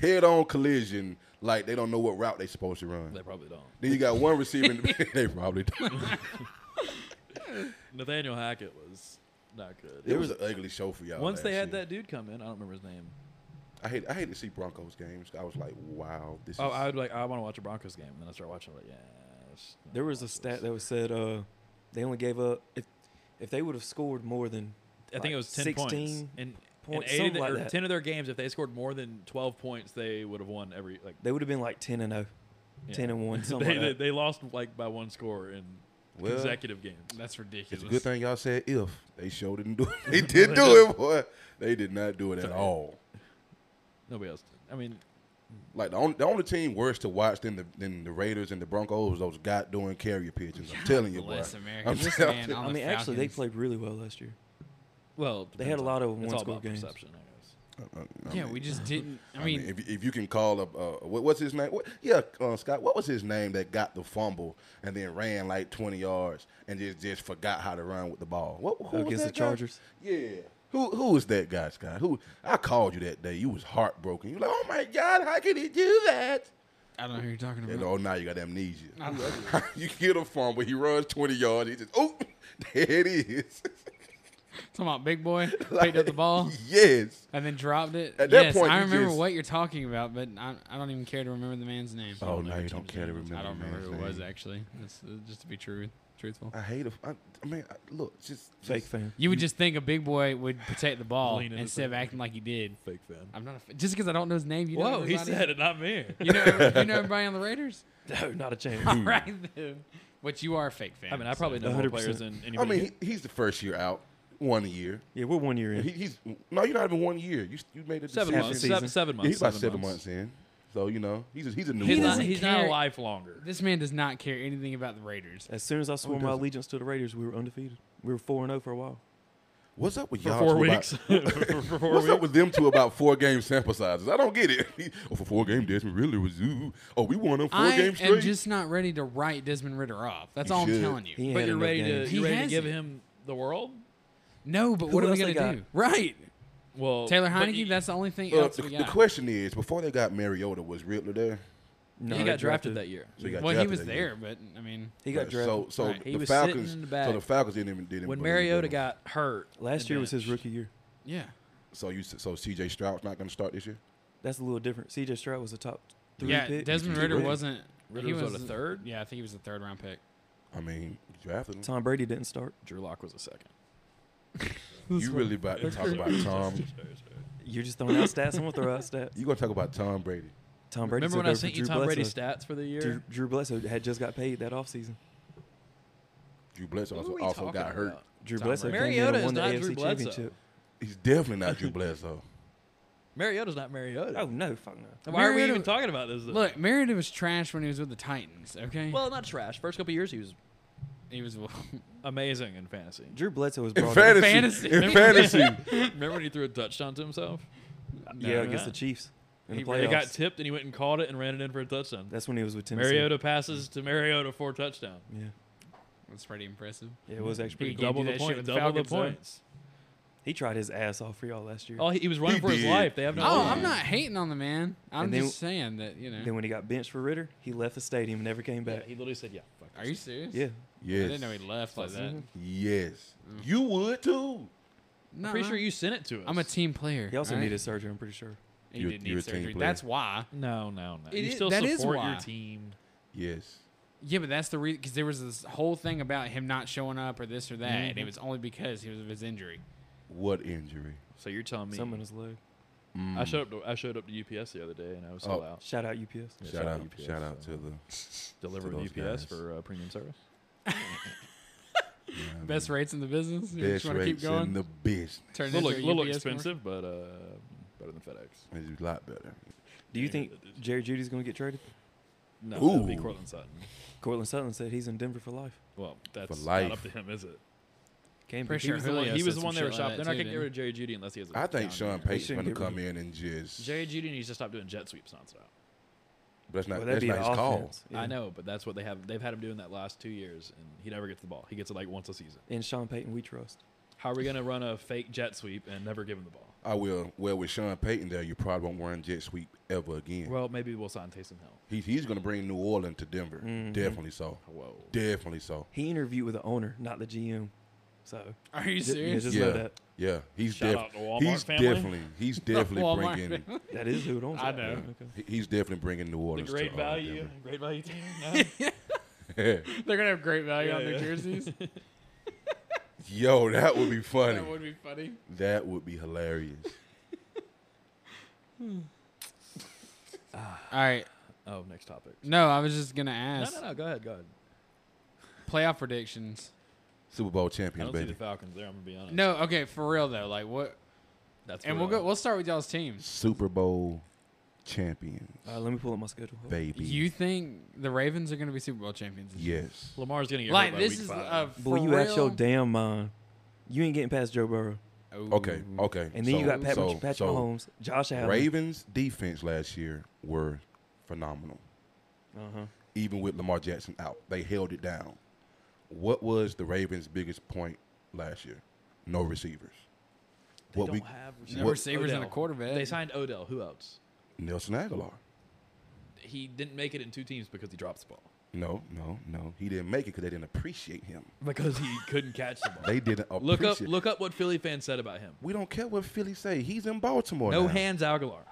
Speaker 3: head on collision, like they don't know what route they supposed to run.
Speaker 5: They probably don't.
Speaker 3: Then you got one receiver. in the- they probably don't.
Speaker 5: Nathaniel Hackett was not good.
Speaker 3: It was an ugly show for y'all.
Speaker 5: Once they
Speaker 3: last
Speaker 5: had
Speaker 3: year.
Speaker 5: that dude come in, I don't remember his name.
Speaker 3: I hate. I hate to see Broncos games. I was like, wow, this.
Speaker 5: Oh,
Speaker 3: is,
Speaker 5: I would like. I want to watch a Broncos game, and then I start watching. Like, yeah. it's-
Speaker 4: There was a stat that was said uh, they only gave up if if they would have scored more than
Speaker 5: I think it was ten
Speaker 4: 16
Speaker 5: points. And, and
Speaker 4: points,
Speaker 5: eight of
Speaker 4: something
Speaker 5: the,
Speaker 4: like
Speaker 5: or
Speaker 4: that.
Speaker 5: ten of their games, if they scored more than twelve points, they would have won every like.
Speaker 4: they would have been like ten and 0,
Speaker 5: yeah.
Speaker 4: 10 and one. Something
Speaker 5: They,
Speaker 4: like
Speaker 5: they,
Speaker 4: that.
Speaker 5: they lost like by one score in
Speaker 3: Well,
Speaker 5: consecutive games.
Speaker 1: That's ridiculous.
Speaker 3: It's a good thing y'all said if they sure didn't do it. They did do it, boy. They did not do it at all.
Speaker 5: Nobody else. Did. I mean,
Speaker 3: Like the only, the only team worse to watch than the than the Raiders and the Broncos was those goddamn carrier pigeons. I'm telling you, boy.
Speaker 1: Bless America.
Speaker 3: I'm
Speaker 1: This
Speaker 3: telling
Speaker 1: man
Speaker 3: you.
Speaker 1: on
Speaker 4: I
Speaker 1: the
Speaker 4: mean, actually, they
Speaker 1: Falcons.
Speaker 4: played really well last year.
Speaker 5: well,
Speaker 4: They had a lot of
Speaker 5: it's all
Speaker 4: one-score
Speaker 5: about
Speaker 4: games.
Speaker 5: Perception, I guess.
Speaker 3: I- Uh, I
Speaker 1: yeah,
Speaker 3: mean-
Speaker 1: we just didn't. I mean,
Speaker 3: if, if you can call up, uh, what, what's his name? What, yeah, uh, Scott. What was his name that got the fumble and then ran like twenty yards and just just forgot how to run with the ball? What who was
Speaker 4: Against
Speaker 3: that
Speaker 4: the
Speaker 3: guy?
Speaker 4: Chargers?
Speaker 3: Yeah. Who who was that guy, Scott? Who I called you that day. You was heartbroken. You were like, oh my god, how could he do that?
Speaker 1: I don't know who you're talking
Speaker 4: Mm-hmm.
Speaker 3: And
Speaker 1: about.
Speaker 3: oh, now you got amnesia. you get a fumble. He runs twenty yards. He just oh, there it is.
Speaker 1: Talking about big boy picked up the
Speaker 4: Uh.
Speaker 1: ball
Speaker 3: yes.
Speaker 1: and then dropped it.
Speaker 3: At that
Speaker 1: yes,
Speaker 3: point,
Speaker 1: I
Speaker 3: you
Speaker 1: remember
Speaker 3: just-
Speaker 1: what you're talking about, but I, I don't even care to remember the man's name.
Speaker 3: Oh, now you don't care to remember
Speaker 1: I don't
Speaker 3: the
Speaker 1: remember
Speaker 3: man's
Speaker 1: who it was
Speaker 3: name.
Speaker 1: actually. That's, uh, just to be true, truthful.
Speaker 3: I hate it. I, I mean, I, look, just, just
Speaker 4: Fake fan.
Speaker 1: You would just think a big boy would protect the ball
Speaker 2: Lean into
Speaker 1: instead of
Speaker 2: the-
Speaker 1: acting like he did.
Speaker 2: Fake fan.
Speaker 1: I'm not a fa- just because I don't know his name. You know
Speaker 5: Whoa, he
Speaker 1: everybody?
Speaker 5: said it, not me.
Speaker 1: You know, you know everybody on the Raiders.
Speaker 4: No, not a chance.
Speaker 1: All right then, but you are a fake fan.
Speaker 5: I mean, I
Speaker 1: so-
Speaker 5: probably know more
Speaker 4: 100%.
Speaker 5: players than
Speaker 3: I
Speaker 5: anybody.
Speaker 3: mean, he, he's the first year out, one year.
Speaker 4: Yeah, we're one year in.
Speaker 3: He, he's no, you're not even one year. You you made it
Speaker 5: seven
Speaker 4: half
Speaker 5: months.
Speaker 4: the
Speaker 5: Seven,
Speaker 4: season.
Speaker 5: seven months.
Speaker 3: he's about seven months. in, so you know he's a, he's a new
Speaker 5: He's,
Speaker 1: He
Speaker 5: not,
Speaker 1: doesn't
Speaker 5: he's not
Speaker 1: care.
Speaker 5: alive longer.
Speaker 1: This man does not care anything about the Raiders.
Speaker 4: As soon as I swore my
Speaker 3: doesn't?
Speaker 4: allegiance to the Raiders, we were undefeated. We were four and zero for a while.
Speaker 3: What's up with
Speaker 2: For
Speaker 3: y'all?
Speaker 2: four
Speaker 3: two about-
Speaker 2: weeks. For four
Speaker 3: what's up
Speaker 2: weeks.
Speaker 3: with them two about four game sample sizes? I don't get it. oh, for four game, Desmond really was. Ooh. Oh, we won them four
Speaker 1: I
Speaker 3: games
Speaker 1: am
Speaker 3: straight.
Speaker 1: just not ready to write Desmond Ritter off. That's
Speaker 3: You
Speaker 1: all
Speaker 3: should.
Speaker 1: I'm telling you.
Speaker 4: He ain't
Speaker 5: But
Speaker 4: had
Speaker 5: you're
Speaker 4: enough
Speaker 5: ready to
Speaker 4: games.
Speaker 1: He
Speaker 5: you're ready to give
Speaker 1: hasn't.
Speaker 5: him the world.
Speaker 1: No, but
Speaker 4: Who
Speaker 1: what are we
Speaker 4: else
Speaker 1: gonna
Speaker 4: they got?
Speaker 1: do? Right,
Speaker 5: Well,
Speaker 1: Taylor
Speaker 5: but
Speaker 1: Heineke.
Speaker 5: he-
Speaker 1: that's the only thing
Speaker 3: Uh,
Speaker 1: else
Speaker 3: the,
Speaker 1: we
Speaker 3: the
Speaker 1: got.
Speaker 3: question is, before they got Mariota, was Riddler there?
Speaker 4: No,
Speaker 5: he
Speaker 4: they
Speaker 5: got drafted that year.
Speaker 3: So he got
Speaker 1: well, he
Speaker 3: drafted
Speaker 1: was
Speaker 3: that year.
Speaker 1: there, but I mean,
Speaker 4: He got
Speaker 3: Right,
Speaker 4: drafted.
Speaker 3: So, so
Speaker 1: Right.
Speaker 5: He
Speaker 3: the
Speaker 5: was sitting
Speaker 3: Falcons.
Speaker 5: in the back.
Speaker 3: So the Falcons didn't even didn't.
Speaker 5: When
Speaker 3: believe in
Speaker 5: Mariota
Speaker 3: him.
Speaker 5: got hurt
Speaker 4: Last
Speaker 5: and
Speaker 4: year was his
Speaker 5: benched.
Speaker 4: rookie year.
Speaker 1: yeah,
Speaker 3: So you s- so C.J. Stroud's not going to start this year.
Speaker 4: That's a little different. C.J. Stroud was a top three
Speaker 1: yeah.
Speaker 4: pick.
Speaker 1: Desmond
Speaker 4: He
Speaker 1: Ritter
Speaker 4: went.
Speaker 1: wasn't.
Speaker 5: Ritter
Speaker 1: he
Speaker 5: was
Speaker 1: was
Speaker 5: what, a third?
Speaker 1: Yeah, I think he was a third round pick.
Speaker 3: I mean, you drafted him.
Speaker 4: Tom Brady didn't start.
Speaker 5: Drew Lock was a second.
Speaker 3: You really about to talk about Tom?
Speaker 4: You're just throwing out stats. I'm gonna throw out stats.
Speaker 3: You gonna talk about Tom Brady?
Speaker 4: Tom Brady.
Speaker 5: Remember when I
Speaker 4: took over for
Speaker 5: sent you
Speaker 4: Drew
Speaker 5: Tom Brady's
Speaker 4: Bledsoe.
Speaker 5: stats for the year?
Speaker 4: Drew, Drew Bledsoe had just got paid that offseason.
Speaker 3: Drew Bledsoe
Speaker 5: Who are
Speaker 3: also,
Speaker 5: we
Speaker 3: also
Speaker 5: talking
Speaker 3: got hurt.
Speaker 5: about?
Speaker 4: Drew
Speaker 1: Tom
Speaker 4: Bledsoe
Speaker 5: Brady.
Speaker 4: came in
Speaker 5: Mariota
Speaker 4: and
Speaker 5: is
Speaker 4: won the
Speaker 5: not
Speaker 4: AFC
Speaker 5: Drew Bledsoe.
Speaker 4: championship.
Speaker 3: He's definitely not Drew Bledsoe.
Speaker 5: Mariota's not Mariota.
Speaker 4: Oh no, fuck no.
Speaker 5: Why are we
Speaker 1: Mariota-
Speaker 5: even talking about this? though?
Speaker 1: Look, Meredith was trash when he was with the Titans. Okay,
Speaker 5: well, not trash. First couple years, he was
Speaker 1: he was.
Speaker 5: amazing in fantasy.
Speaker 4: Drew Bledsoe was
Speaker 3: In
Speaker 4: brought in.
Speaker 3: fantasy,
Speaker 1: Fantasy.
Speaker 3: in fantasy,
Speaker 5: Remember when he threw a touchdown to himself?
Speaker 4: Yeah,
Speaker 5: No,
Speaker 4: against the
Speaker 5: no.
Speaker 4: Chiefs in the
Speaker 1: He really
Speaker 4: playoffs.
Speaker 5: It got tipped, and he went and caught it and ran it in for a touchdown.
Speaker 4: That's when he was with Tennessee.
Speaker 5: Mariota passes to Mariota for a touchdown.
Speaker 4: Yeah.
Speaker 1: That's pretty impressive.
Speaker 4: Yeah, it was actually.
Speaker 1: He
Speaker 4: He,
Speaker 1: can't
Speaker 5: double
Speaker 1: do
Speaker 5: the
Speaker 1: that shit
Speaker 5: point,
Speaker 1: with the
Speaker 5: double
Speaker 1: Falcons,
Speaker 5: the,
Speaker 1: though.
Speaker 5: points.
Speaker 4: he tried his ass off for y'all last year.
Speaker 5: Oh, he, he was running
Speaker 3: He
Speaker 5: for his
Speaker 3: did.
Speaker 5: life. They have no.
Speaker 1: Oh,
Speaker 5: idea.
Speaker 1: I'm not hating on the man. I'm
Speaker 4: And then-
Speaker 1: just saying that you know.
Speaker 4: Then when he got benched for Ritter, he left the stadium and never came
Speaker 5: Yeah,
Speaker 4: back.
Speaker 5: he literally said, "Yeah, fuck
Speaker 1: Are
Speaker 5: this."
Speaker 1: you serious?
Speaker 4: Yeah.
Speaker 1: I
Speaker 3: yes,
Speaker 1: didn't know he left like that.
Speaker 3: yes, you would too.
Speaker 1: No,
Speaker 5: I'm pretty sure you sent it to us.
Speaker 1: I'm a team player.
Speaker 4: He also
Speaker 1: all right?
Speaker 4: needed surgery, I'm pretty sure.
Speaker 1: He
Speaker 3: You're-
Speaker 1: did
Speaker 3: you're a
Speaker 1: need
Speaker 3: team
Speaker 1: surgery.
Speaker 3: player.
Speaker 1: That's why.
Speaker 5: No, no, no.
Speaker 1: It
Speaker 5: you
Speaker 1: is-
Speaker 5: still
Speaker 1: that is
Speaker 5: support
Speaker 1: why.
Speaker 5: your team.
Speaker 3: Yes,
Speaker 1: Yeah, but that's the reason because there was this whole thing about him not showing up or this or that, and
Speaker 5: Mm-hmm.
Speaker 1: it was only because he was of his injury.
Speaker 3: what injury? Mm.
Speaker 5: So you're telling me
Speaker 4: Something in his leg.
Speaker 5: I showed up. To, I showed up to UPS the other day, and I was sold
Speaker 3: Oh.
Speaker 5: out.
Speaker 4: Shout out UPS.
Speaker 5: Yeah,
Speaker 3: shout out,
Speaker 5: UPS,
Speaker 3: shout out
Speaker 5: so.
Speaker 3: to the
Speaker 5: Deliver
Speaker 3: to
Speaker 5: with
Speaker 3: those
Speaker 5: UPS
Speaker 3: guys.
Speaker 5: for uh, premium service.
Speaker 1: Best rates in the business. You
Speaker 3: best
Speaker 1: just want to keep
Speaker 3: rates
Speaker 1: going.
Speaker 3: in the business.
Speaker 1: Turn it
Speaker 5: little,
Speaker 1: into a
Speaker 5: little
Speaker 1: UPS commercial.
Speaker 5: expensive, but uh, better than FedEx.
Speaker 3: It's a lot better.
Speaker 4: Do you think Jerry Judy's going to get traded?
Speaker 5: No, that would be
Speaker 3: Ooh.
Speaker 5: Cortland Sutton.
Speaker 4: Cortland Sutton said he's in Denver for life.
Speaker 5: Well, that's
Speaker 3: life.
Speaker 5: not up to him, is it?
Speaker 4: Can't be.
Speaker 1: Pretty
Speaker 5: He
Speaker 1: sure
Speaker 5: was the one,
Speaker 1: Julio
Speaker 5: he was
Speaker 1: said
Speaker 5: the one
Speaker 1: some
Speaker 5: they were
Speaker 1: shit like that
Speaker 5: shopping. They're not
Speaker 1: too,
Speaker 5: going to get
Speaker 1: didn't
Speaker 5: rid of Jerry Judy unless he has. a
Speaker 3: I think
Speaker 5: down
Speaker 3: Sean
Speaker 5: year.
Speaker 3: Payton's
Speaker 4: shouldn't
Speaker 3: going to
Speaker 4: get rid
Speaker 3: come in and just,
Speaker 5: Jerry Judy needs to stop doing jet sweeps nonstop.
Speaker 3: but that's not
Speaker 4: Well, that'd
Speaker 3: that's
Speaker 4: be
Speaker 3: not
Speaker 4: an
Speaker 3: his call.
Speaker 4: offense. Yeah.
Speaker 5: I know, but that's what they have. They've had him doing that last two years, and he never gets the ball. He gets it like once a season.
Speaker 4: And Sean Payton, we trust.
Speaker 5: How are we going to run a fake jet sweep and never give him the ball?
Speaker 3: I will. Well, with Sean Payton there, you probably won't run jet sweep ever again.
Speaker 5: Well, maybe we'll sign Taysom Hill.
Speaker 3: He, he's going to bring New Orleans to Denver.
Speaker 4: Mm-hmm.
Speaker 3: Definitely so.
Speaker 5: Whoa.
Speaker 3: Definitely so.
Speaker 4: He interviewed with the owner, not the GM. So
Speaker 1: Are you
Speaker 4: ju- yeah,
Speaker 1: serious?
Speaker 4: just
Speaker 3: yeah,
Speaker 4: know that.
Speaker 3: yeah. He's
Speaker 5: Shout out to
Speaker 3: definitely.
Speaker 5: Walmart
Speaker 3: He's
Speaker 5: family.
Speaker 3: definitely. He's definitely
Speaker 1: Walmart
Speaker 3: bringing.
Speaker 4: That is who it owns.
Speaker 1: I
Speaker 4: it.
Speaker 1: know.
Speaker 4: Okay.
Speaker 3: he- He's definitely bringing New
Speaker 5: The
Speaker 3: Orleans.
Speaker 5: great
Speaker 3: to, uh,
Speaker 5: value,
Speaker 3: Denver.
Speaker 5: great value team. No?
Speaker 1: They're gonna have great value on
Speaker 5: Yeah,
Speaker 1: their
Speaker 5: yeah.
Speaker 1: jerseys.
Speaker 3: Yo, that would be funny.
Speaker 1: that would be funny.
Speaker 3: That would be hilarious.
Speaker 1: All right.
Speaker 5: oh, next topic.
Speaker 1: No, I was just gonna
Speaker 5: No,
Speaker 1: ask
Speaker 5: no, no. Go ahead, go ahead.
Speaker 1: playoff predictions.
Speaker 3: Super Bowl
Speaker 5: I
Speaker 3: champions,
Speaker 5: don't see the
Speaker 3: baby.
Speaker 5: Falcons there. I'm gonna be honest.
Speaker 1: No, okay, for real though. Like what?
Speaker 5: that's
Speaker 1: And
Speaker 5: where
Speaker 1: we'll go.
Speaker 5: I-
Speaker 1: We'll start with y'all's teams.
Speaker 3: Super Bowl champions,
Speaker 4: Uh, let me pull up my schedule. Hold on.
Speaker 3: baby.
Speaker 1: You think the Ravens are going to be Super Bowl champions? this year?
Speaker 3: yes.
Speaker 5: Lamar's gonna get hurt
Speaker 1: Like
Speaker 5: by
Speaker 1: this
Speaker 5: week
Speaker 1: is
Speaker 5: five.
Speaker 1: a for
Speaker 4: Boy, you
Speaker 1: real.
Speaker 4: out your damn mind. You ain't getting past Joe Burrow.
Speaker 3: Okay, okay.
Speaker 4: And then you
Speaker 3: so-
Speaker 4: got Pat,
Speaker 3: so-
Speaker 4: Patrick
Speaker 3: so
Speaker 4: Mahomes, Josh Allen.
Speaker 3: Ravens defense last year were phenomenal.
Speaker 4: Uh-huh.
Speaker 3: Even with Lamar Jackson out, they held it down. What was the Ravens' biggest point last year? No receivers.
Speaker 5: They
Speaker 3: what
Speaker 5: don't
Speaker 3: we
Speaker 5: have
Speaker 1: No receivers and a
Speaker 5: Odell.
Speaker 1: quarterback.
Speaker 5: They signed Odell. Who else?
Speaker 3: Nelson Aguilar.
Speaker 5: He didn't make it in two teams because he dropped the ball.
Speaker 3: No, no, no. He didn't make it because they didn't appreciate him.
Speaker 5: Because he couldn't catch the ball.
Speaker 3: They didn't appreciate.
Speaker 5: Look up, look up what Philly fans said about him.
Speaker 3: We don't care what Philly say. He's in Baltimore.
Speaker 5: No
Speaker 3: now.
Speaker 5: hands Aguilar,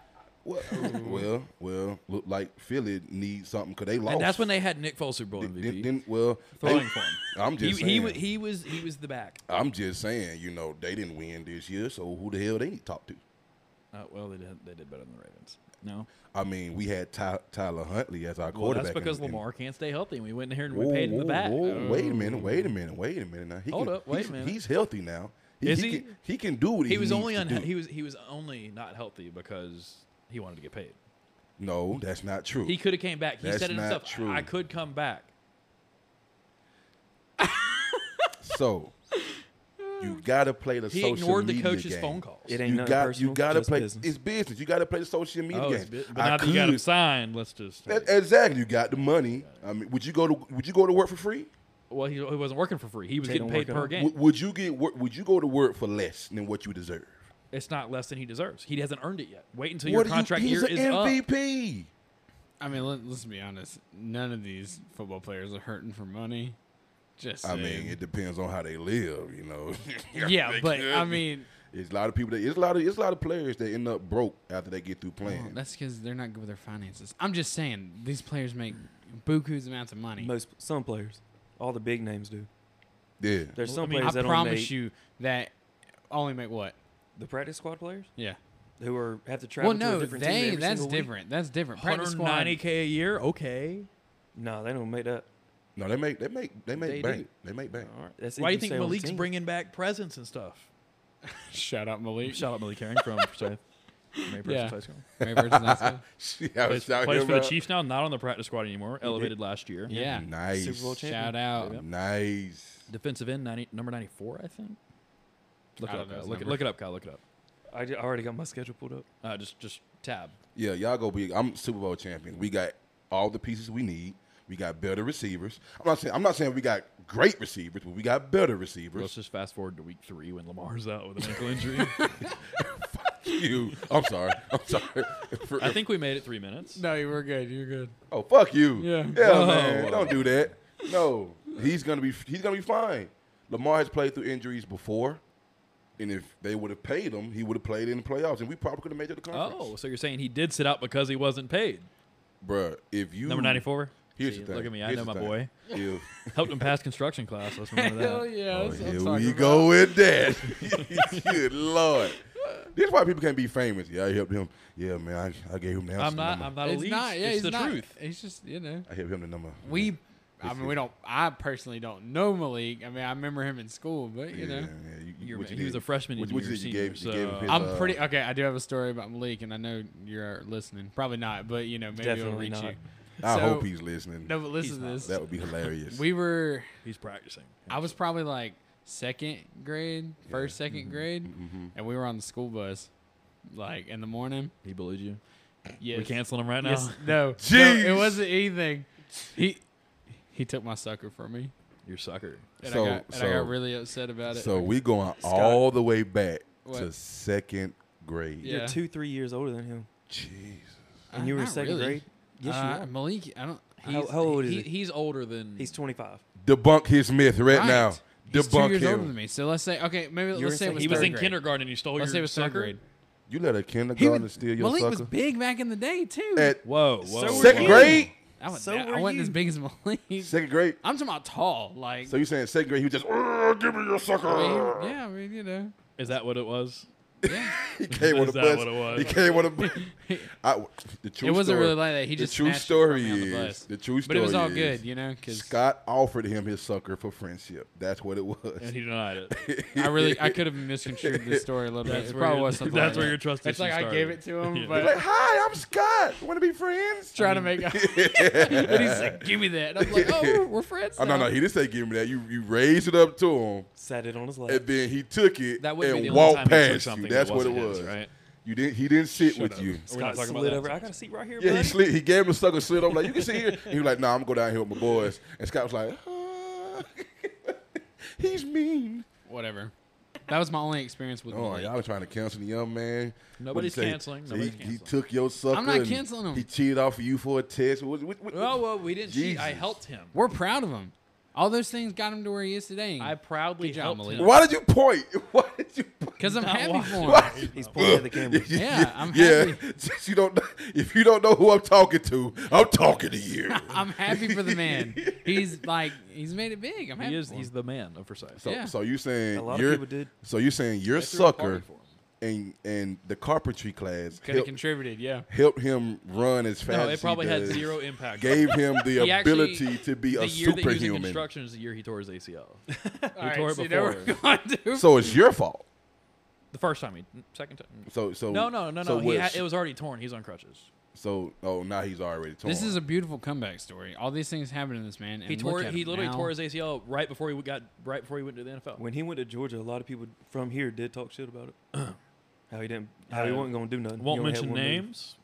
Speaker 3: Well, well, well, look like Philly needs something because they lost.
Speaker 5: and that's when they had Nick Foles Super Bowl MVP.
Speaker 3: Then, then- well, they-
Speaker 5: throwing for him.
Speaker 3: I'm
Speaker 5: He,
Speaker 3: just
Speaker 5: he,
Speaker 3: saying.
Speaker 5: wa- he was he was the back.
Speaker 3: I'm just saying. You know, they didn't win this year, so who the hell they need to talk to?
Speaker 5: Uh, well, they did they did better than the Ravens. No,
Speaker 3: I mean, we had Ty, Tyler Huntley as our
Speaker 5: well,
Speaker 3: quarterback.
Speaker 5: that's because
Speaker 3: and- and-
Speaker 5: Lamar can't stay healthy, and we went in here and we
Speaker 3: Whoa,
Speaker 5: paid him
Speaker 3: whoa,
Speaker 5: the back. Oh.
Speaker 3: whoa, Wait a minute. Wait a minute. Wait a minute. Now he
Speaker 5: Hold
Speaker 3: can,
Speaker 5: up, wait a
Speaker 3: he's,
Speaker 5: minute.
Speaker 3: He's healthy now. He,
Speaker 5: Is
Speaker 3: he
Speaker 5: he?
Speaker 3: Can, he can do what he,
Speaker 5: He was
Speaker 3: needs
Speaker 5: only
Speaker 3: to
Speaker 5: unha-
Speaker 3: do.
Speaker 5: he was he was only not healthy because he wanted to get paid.
Speaker 3: No, that's not true.
Speaker 5: He could have came back. He
Speaker 3: That's
Speaker 5: said it
Speaker 3: not
Speaker 5: himself.
Speaker 3: true.
Speaker 5: I could come back.
Speaker 3: so you gotta play the
Speaker 5: He
Speaker 3: social
Speaker 5: ignored the
Speaker 3: media
Speaker 5: coach's
Speaker 3: game.
Speaker 5: phone calls.
Speaker 4: It ain't
Speaker 3: You
Speaker 4: nothing
Speaker 3: got
Speaker 4: personal.
Speaker 3: you gotta
Speaker 4: just
Speaker 3: play
Speaker 4: business.
Speaker 3: it's business. You gotta play the social media
Speaker 5: Oh,
Speaker 3: game.
Speaker 5: it's bit- but
Speaker 3: I
Speaker 5: now that you got him
Speaker 3: could-
Speaker 5: signed, let's just.
Speaker 3: that- exactly. You got the money. I mean, would you go to would you go to work for free?
Speaker 5: well, he, he wasn't working for free. He was
Speaker 4: They
Speaker 5: getting
Speaker 4: don't
Speaker 5: paid
Speaker 4: work at
Speaker 5: per
Speaker 4: all.
Speaker 5: game.
Speaker 3: Would, would you get wor- would you go to work for less than what you deserve?
Speaker 5: it's not less than he deserves. He hasn't earned it yet. Wait until
Speaker 3: what
Speaker 5: your
Speaker 3: do you-
Speaker 5: contract
Speaker 3: he's
Speaker 5: year
Speaker 3: an
Speaker 5: is up.
Speaker 3: MVP.
Speaker 1: I mean, let, let's be honest. None of these football players are hurting for money. Just
Speaker 3: I
Speaker 1: saying.
Speaker 3: mean, it depends on how they live, you know.
Speaker 1: yeah, but I mean,
Speaker 3: It's a lot of people that it's a lot of it's a lot of players that end up broke after they get through
Speaker 1: well,
Speaker 3: playing.
Speaker 1: that's because they're not good with their finances. I'm just saying these players make buku's amounts of money.
Speaker 4: Most some players, all the big names do.
Speaker 3: yeah.
Speaker 5: Well,
Speaker 4: There's some
Speaker 5: I mean,
Speaker 4: players
Speaker 1: I
Speaker 4: that
Speaker 1: promise
Speaker 4: only make
Speaker 1: you that only make what?
Speaker 4: the practice squad players
Speaker 1: Yeah.
Speaker 4: who are have to travel
Speaker 1: Well,
Speaker 4: to
Speaker 1: no,
Speaker 4: a different team
Speaker 1: they.
Speaker 4: every
Speaker 1: That's
Speaker 4: single week.
Speaker 1: different. That's different. Practice squad.
Speaker 5: 190k a year. Okay.
Speaker 4: No, they don't make that.
Speaker 3: No, they make they make they make
Speaker 5: They
Speaker 3: bank. They make bank.
Speaker 4: All right. That's
Speaker 5: Why do
Speaker 4: if
Speaker 5: you think
Speaker 4: stay on the
Speaker 5: Malik's
Speaker 4: team.
Speaker 5: bringing back presents and stuff?
Speaker 1: Shout out Malik.
Speaker 5: Shout out Malik Herring from Forsyth. Mayberry
Speaker 1: Yeah.
Speaker 5: Forsyth School.
Speaker 1: Mary Bird's nice guy.
Speaker 3: Yeah, I
Speaker 5: Plays,
Speaker 3: was out
Speaker 5: plays
Speaker 3: here,
Speaker 5: for the
Speaker 3: bro.
Speaker 5: Chiefs now, not on the practice squad anymore. Elevated last year.
Speaker 1: Yeah.
Speaker 3: Nice.
Speaker 4: Super Bowl champion.
Speaker 1: Shout out.
Speaker 3: Nice.
Speaker 5: Defensive end, 90, number 94, I think. Look
Speaker 1: I
Speaker 5: it
Speaker 1: don't
Speaker 5: up,
Speaker 1: know
Speaker 5: Kyle.
Speaker 1: his
Speaker 5: Look it,
Speaker 1: number.
Speaker 5: look it up, Kyle. Look it up.
Speaker 4: I, ju- I already got my schedule pulled up.
Speaker 5: Uh, just just tab.
Speaker 3: Yeah, y'all go big. I'm Super Bowl champion. We got all the pieces we need. We got better receivers. I'm not saying I'm not saying we got great receivers, but we got better
Speaker 5: Let's
Speaker 3: receivers.
Speaker 5: just fast forward to week three when Lamar's out with an ankle injury.
Speaker 3: you. I'm sorry. I'm sorry. For-
Speaker 5: I think we made it three minutes.
Speaker 1: No, you were good. You're good.
Speaker 3: oh fuck you.
Speaker 1: Yeah.
Speaker 3: Yeah, man. Don't do that. No. He's gonna be he's gonna be fine. Lamar has played through injuries before. And if they would have paid him, he would have played in the playoffs, and we probably could have made it to the conference.
Speaker 5: Oh, so you're saying he did sit out because he wasn't paid?
Speaker 3: Bruh, if you
Speaker 5: Number 94.
Speaker 3: Here's
Speaker 5: See,
Speaker 3: the thing.
Speaker 5: Look at me. I
Speaker 3: Here's
Speaker 5: know my
Speaker 3: the thing.
Speaker 5: boy.
Speaker 3: If,
Speaker 5: Helped him pass construction class. Let's remember that.
Speaker 1: Hell yeah.
Speaker 3: oh,
Speaker 1: that's what I'm
Speaker 3: here
Speaker 1: talking
Speaker 3: we
Speaker 1: about.
Speaker 3: go with that. Good lord. This is why people can't be famous. Yeah, I helped him. Yeah, man, I, I gave him the answer.
Speaker 5: I'm not.
Speaker 3: number.
Speaker 5: I'm not a
Speaker 1: It's
Speaker 5: leech.
Speaker 1: not. Yeah,
Speaker 5: it's
Speaker 1: he's
Speaker 5: the
Speaker 1: not.
Speaker 5: truth.
Speaker 1: He's just you know.
Speaker 3: I gave him the number.
Speaker 1: We, I mean, we don't. I personally don't know Malik. I mean, I remember him in school, but you know,
Speaker 3: yeah, you-
Speaker 5: You're-
Speaker 3: what you
Speaker 5: he was
Speaker 3: did.
Speaker 5: a freshman in
Speaker 3: What you- what
Speaker 5: your
Speaker 3: you did, you
Speaker 5: senior,
Speaker 3: gave- you gave him
Speaker 5: so-
Speaker 3: his,
Speaker 1: I'm
Speaker 3: uh,
Speaker 1: pretty okay. I do have a story about Malik, and I know you're listening. Probably not, but you know, maybe it'll
Speaker 4: Definitely
Speaker 1: reach
Speaker 4: not.
Speaker 1: you.
Speaker 3: I
Speaker 1: so-
Speaker 3: hope he's listening.
Speaker 1: No, but listen
Speaker 5: He's
Speaker 1: to
Speaker 5: not
Speaker 1: this.
Speaker 3: that would be hilarious.
Speaker 1: We were.
Speaker 5: He's practicing.
Speaker 1: I was probably like second grade, first second
Speaker 3: Mm-hmm.
Speaker 1: grade, and we were on the school bus, like in the morning.
Speaker 5: He bullied you.
Speaker 1: Yes.
Speaker 5: We canceling him right now.
Speaker 1: Yes. No.
Speaker 3: Jeez.
Speaker 1: No, it wasn't anything. He he took my sucker from me.
Speaker 5: You're sucker.
Speaker 1: And,
Speaker 3: So-
Speaker 1: I, got, and I
Speaker 3: so-
Speaker 1: got really upset about it.
Speaker 3: so we going all the way back to
Speaker 1: What?
Speaker 3: second grade.
Speaker 1: Yeah.
Speaker 4: You're two, three years older than him,
Speaker 3: Jesus.
Speaker 4: and
Speaker 1: Uh,
Speaker 4: you were
Speaker 1: not
Speaker 4: second
Speaker 1: really.
Speaker 4: grade. Yes,
Speaker 1: Uh,
Speaker 4: you are.
Speaker 1: Malik, I don't.
Speaker 4: How- how old is he?
Speaker 5: He's older than.
Speaker 4: He's 25.
Speaker 3: Debunk his myth right,
Speaker 1: Right.
Speaker 3: now.
Speaker 1: He's two
Speaker 3: Debunk
Speaker 1: years
Speaker 3: him.
Speaker 1: older than me. So let's say okay, maybe
Speaker 4: were
Speaker 1: let's say it
Speaker 4: saying
Speaker 1: was
Speaker 5: He was
Speaker 1: third
Speaker 5: in
Speaker 1: grade.
Speaker 5: kindergarten and you stole
Speaker 1: Let's say it
Speaker 5: your
Speaker 1: was third
Speaker 5: sucker?
Speaker 1: grade.
Speaker 3: You let a
Speaker 1: He
Speaker 3: kindergarten
Speaker 1: was-
Speaker 3: steal your
Speaker 1: Malik
Speaker 3: sucker
Speaker 1: was big back in the day too.
Speaker 3: at
Speaker 5: Whoa, whoa.
Speaker 4: So
Speaker 5: whoa.
Speaker 3: second grade.
Speaker 1: I, was,
Speaker 4: so
Speaker 1: I
Speaker 4: were
Speaker 1: wasn't
Speaker 4: you.
Speaker 1: as big as Malik.
Speaker 3: Second grade.
Speaker 1: I'm talking about tall, like.
Speaker 3: So you saying second grade? He was just "Urgh, give me your sucker.
Speaker 1: I mean, yeah, I mean you know.
Speaker 5: Is that what it was?
Speaker 3: he came on
Speaker 5: Is
Speaker 3: the
Speaker 5: that
Speaker 3: bus.
Speaker 5: what it was?
Speaker 3: He came on the bus. I, the true
Speaker 1: it wasn't
Speaker 3: story,
Speaker 1: really like that. He
Speaker 3: the
Speaker 1: just
Speaker 3: true
Speaker 1: snatched
Speaker 3: story
Speaker 1: it from me
Speaker 3: is
Speaker 1: on the bus.
Speaker 3: the true story.
Speaker 1: but it was all
Speaker 3: is,
Speaker 1: good, you know, because
Speaker 3: Scott offered him his sucker for friendship. That's what it was.
Speaker 5: and he denied it.
Speaker 1: I really I could have misconstrued this story a little bit.
Speaker 5: That's
Speaker 1: It
Speaker 5: where
Speaker 1: probably
Speaker 5: your-
Speaker 1: was something.
Speaker 5: that's
Speaker 1: like
Speaker 5: where
Speaker 1: that.
Speaker 5: your trust
Speaker 1: It's like
Speaker 5: issue
Speaker 1: I gave
Speaker 5: started.
Speaker 1: it to him,
Speaker 5: Yeah.
Speaker 1: but
Speaker 3: like, hi, I'm Scott. Want to be friends?
Speaker 1: trying to make. out. but he's like, "Give me that." And I'm like, "Oh, we're, we're friends."
Speaker 3: Oh, no,
Speaker 1: now."
Speaker 3: no, he didn't say give me that. You you raised it up to him,
Speaker 4: Sat it on his lap.
Speaker 3: and then he took it
Speaker 5: That wouldn't
Speaker 3: and
Speaker 5: be the only
Speaker 3: walked
Speaker 5: time he took
Speaker 3: past you.
Speaker 5: something.
Speaker 3: That's
Speaker 5: that
Speaker 3: what it
Speaker 5: wasn't
Speaker 3: was.
Speaker 5: his, right?
Speaker 3: You didn't. He didn't sit with
Speaker 5: up.
Speaker 3: you.
Speaker 5: We're not
Speaker 4: Scott
Speaker 5: talking about
Speaker 4: slid
Speaker 5: that.
Speaker 4: over. I got a seat right here,
Speaker 3: Yeah, he
Speaker 4: buddy.
Speaker 3: slid. He gave him a sucker slid. I'm like, you can sit here. And he was like, nah, I'm gonna go down here with my boys. And Scott was like, "Ah." he's mean.
Speaker 1: Whatever. That was my only experience with.
Speaker 3: Oh,
Speaker 1: Malik.
Speaker 3: y'all trying to cancel the young man.
Speaker 5: Nobody's
Speaker 3: What'd he say?
Speaker 5: canceling.
Speaker 3: So
Speaker 5: Nobody's
Speaker 3: he, he
Speaker 5: canceling.
Speaker 3: took your sucker.
Speaker 1: I'm not
Speaker 3: and
Speaker 1: canceling him.
Speaker 3: He cheated off of you for a test. What, what, what,
Speaker 5: Oh well, we didn't cheat. I
Speaker 3: Jesus.
Speaker 5: helped him.
Speaker 1: We're proud of him. All those things got him to where he is today.
Speaker 5: I proudly
Speaker 1: Good job,
Speaker 5: helped
Speaker 1: Malik.
Speaker 5: him.
Speaker 3: Why did you point? Why did you point?
Speaker 1: Because I'm happy
Speaker 5: why-
Speaker 1: for him.
Speaker 4: He's pointing at the camera.
Speaker 1: Yeah, I'm happy.
Speaker 3: Since you don't, if you don't know who I'm talking to, I'm talking to you.
Speaker 1: I'm happy for the man. He's like, he's made it big. I'm happy.
Speaker 5: He is.
Speaker 1: for him.
Speaker 5: He's the man of Forsyth.
Speaker 3: So,
Speaker 1: Yeah.
Speaker 3: so you saying
Speaker 4: A lot of
Speaker 3: you're,
Speaker 4: people did.
Speaker 3: So you saying your
Speaker 5: They threw a party
Speaker 3: sucker
Speaker 5: for him.
Speaker 3: and and the carpentry class
Speaker 1: Could have
Speaker 3: helped,
Speaker 1: contributed, yeah.
Speaker 3: helped him run as fast.
Speaker 5: No,
Speaker 3: as
Speaker 5: it
Speaker 3: he
Speaker 5: probably had
Speaker 3: does,
Speaker 5: zero impact.
Speaker 3: Gave him the
Speaker 5: He
Speaker 3: ability
Speaker 5: actually-
Speaker 3: to be
Speaker 5: the
Speaker 3: a
Speaker 5: year that he was in
Speaker 3: superhuman.
Speaker 5: construction is the year he tore his ACL.
Speaker 1: All right,
Speaker 5: tore it
Speaker 1: see, there we're going to-
Speaker 3: So it's your fault.
Speaker 5: the first time he, second time.
Speaker 3: So so
Speaker 5: No, no, no, no.
Speaker 3: so
Speaker 5: he
Speaker 3: what-
Speaker 5: had, it was already torn. He's on crutches.
Speaker 3: so oh now he's already torn.
Speaker 1: this is a beautiful comeback story. All these things happen to this man. And
Speaker 5: He tore.
Speaker 1: look at
Speaker 5: He
Speaker 1: him
Speaker 5: literally
Speaker 1: now.
Speaker 5: tore his ACL right before he got right before he went to the NFL.
Speaker 4: When he went to Georgia, a lot of people from here did talk shit about it. how he didn't. How
Speaker 5: I
Speaker 1: Uh,
Speaker 4: he wasn't gonna do nothing. He
Speaker 5: Won't
Speaker 4: only had
Speaker 5: mention
Speaker 4: one move.
Speaker 5: names,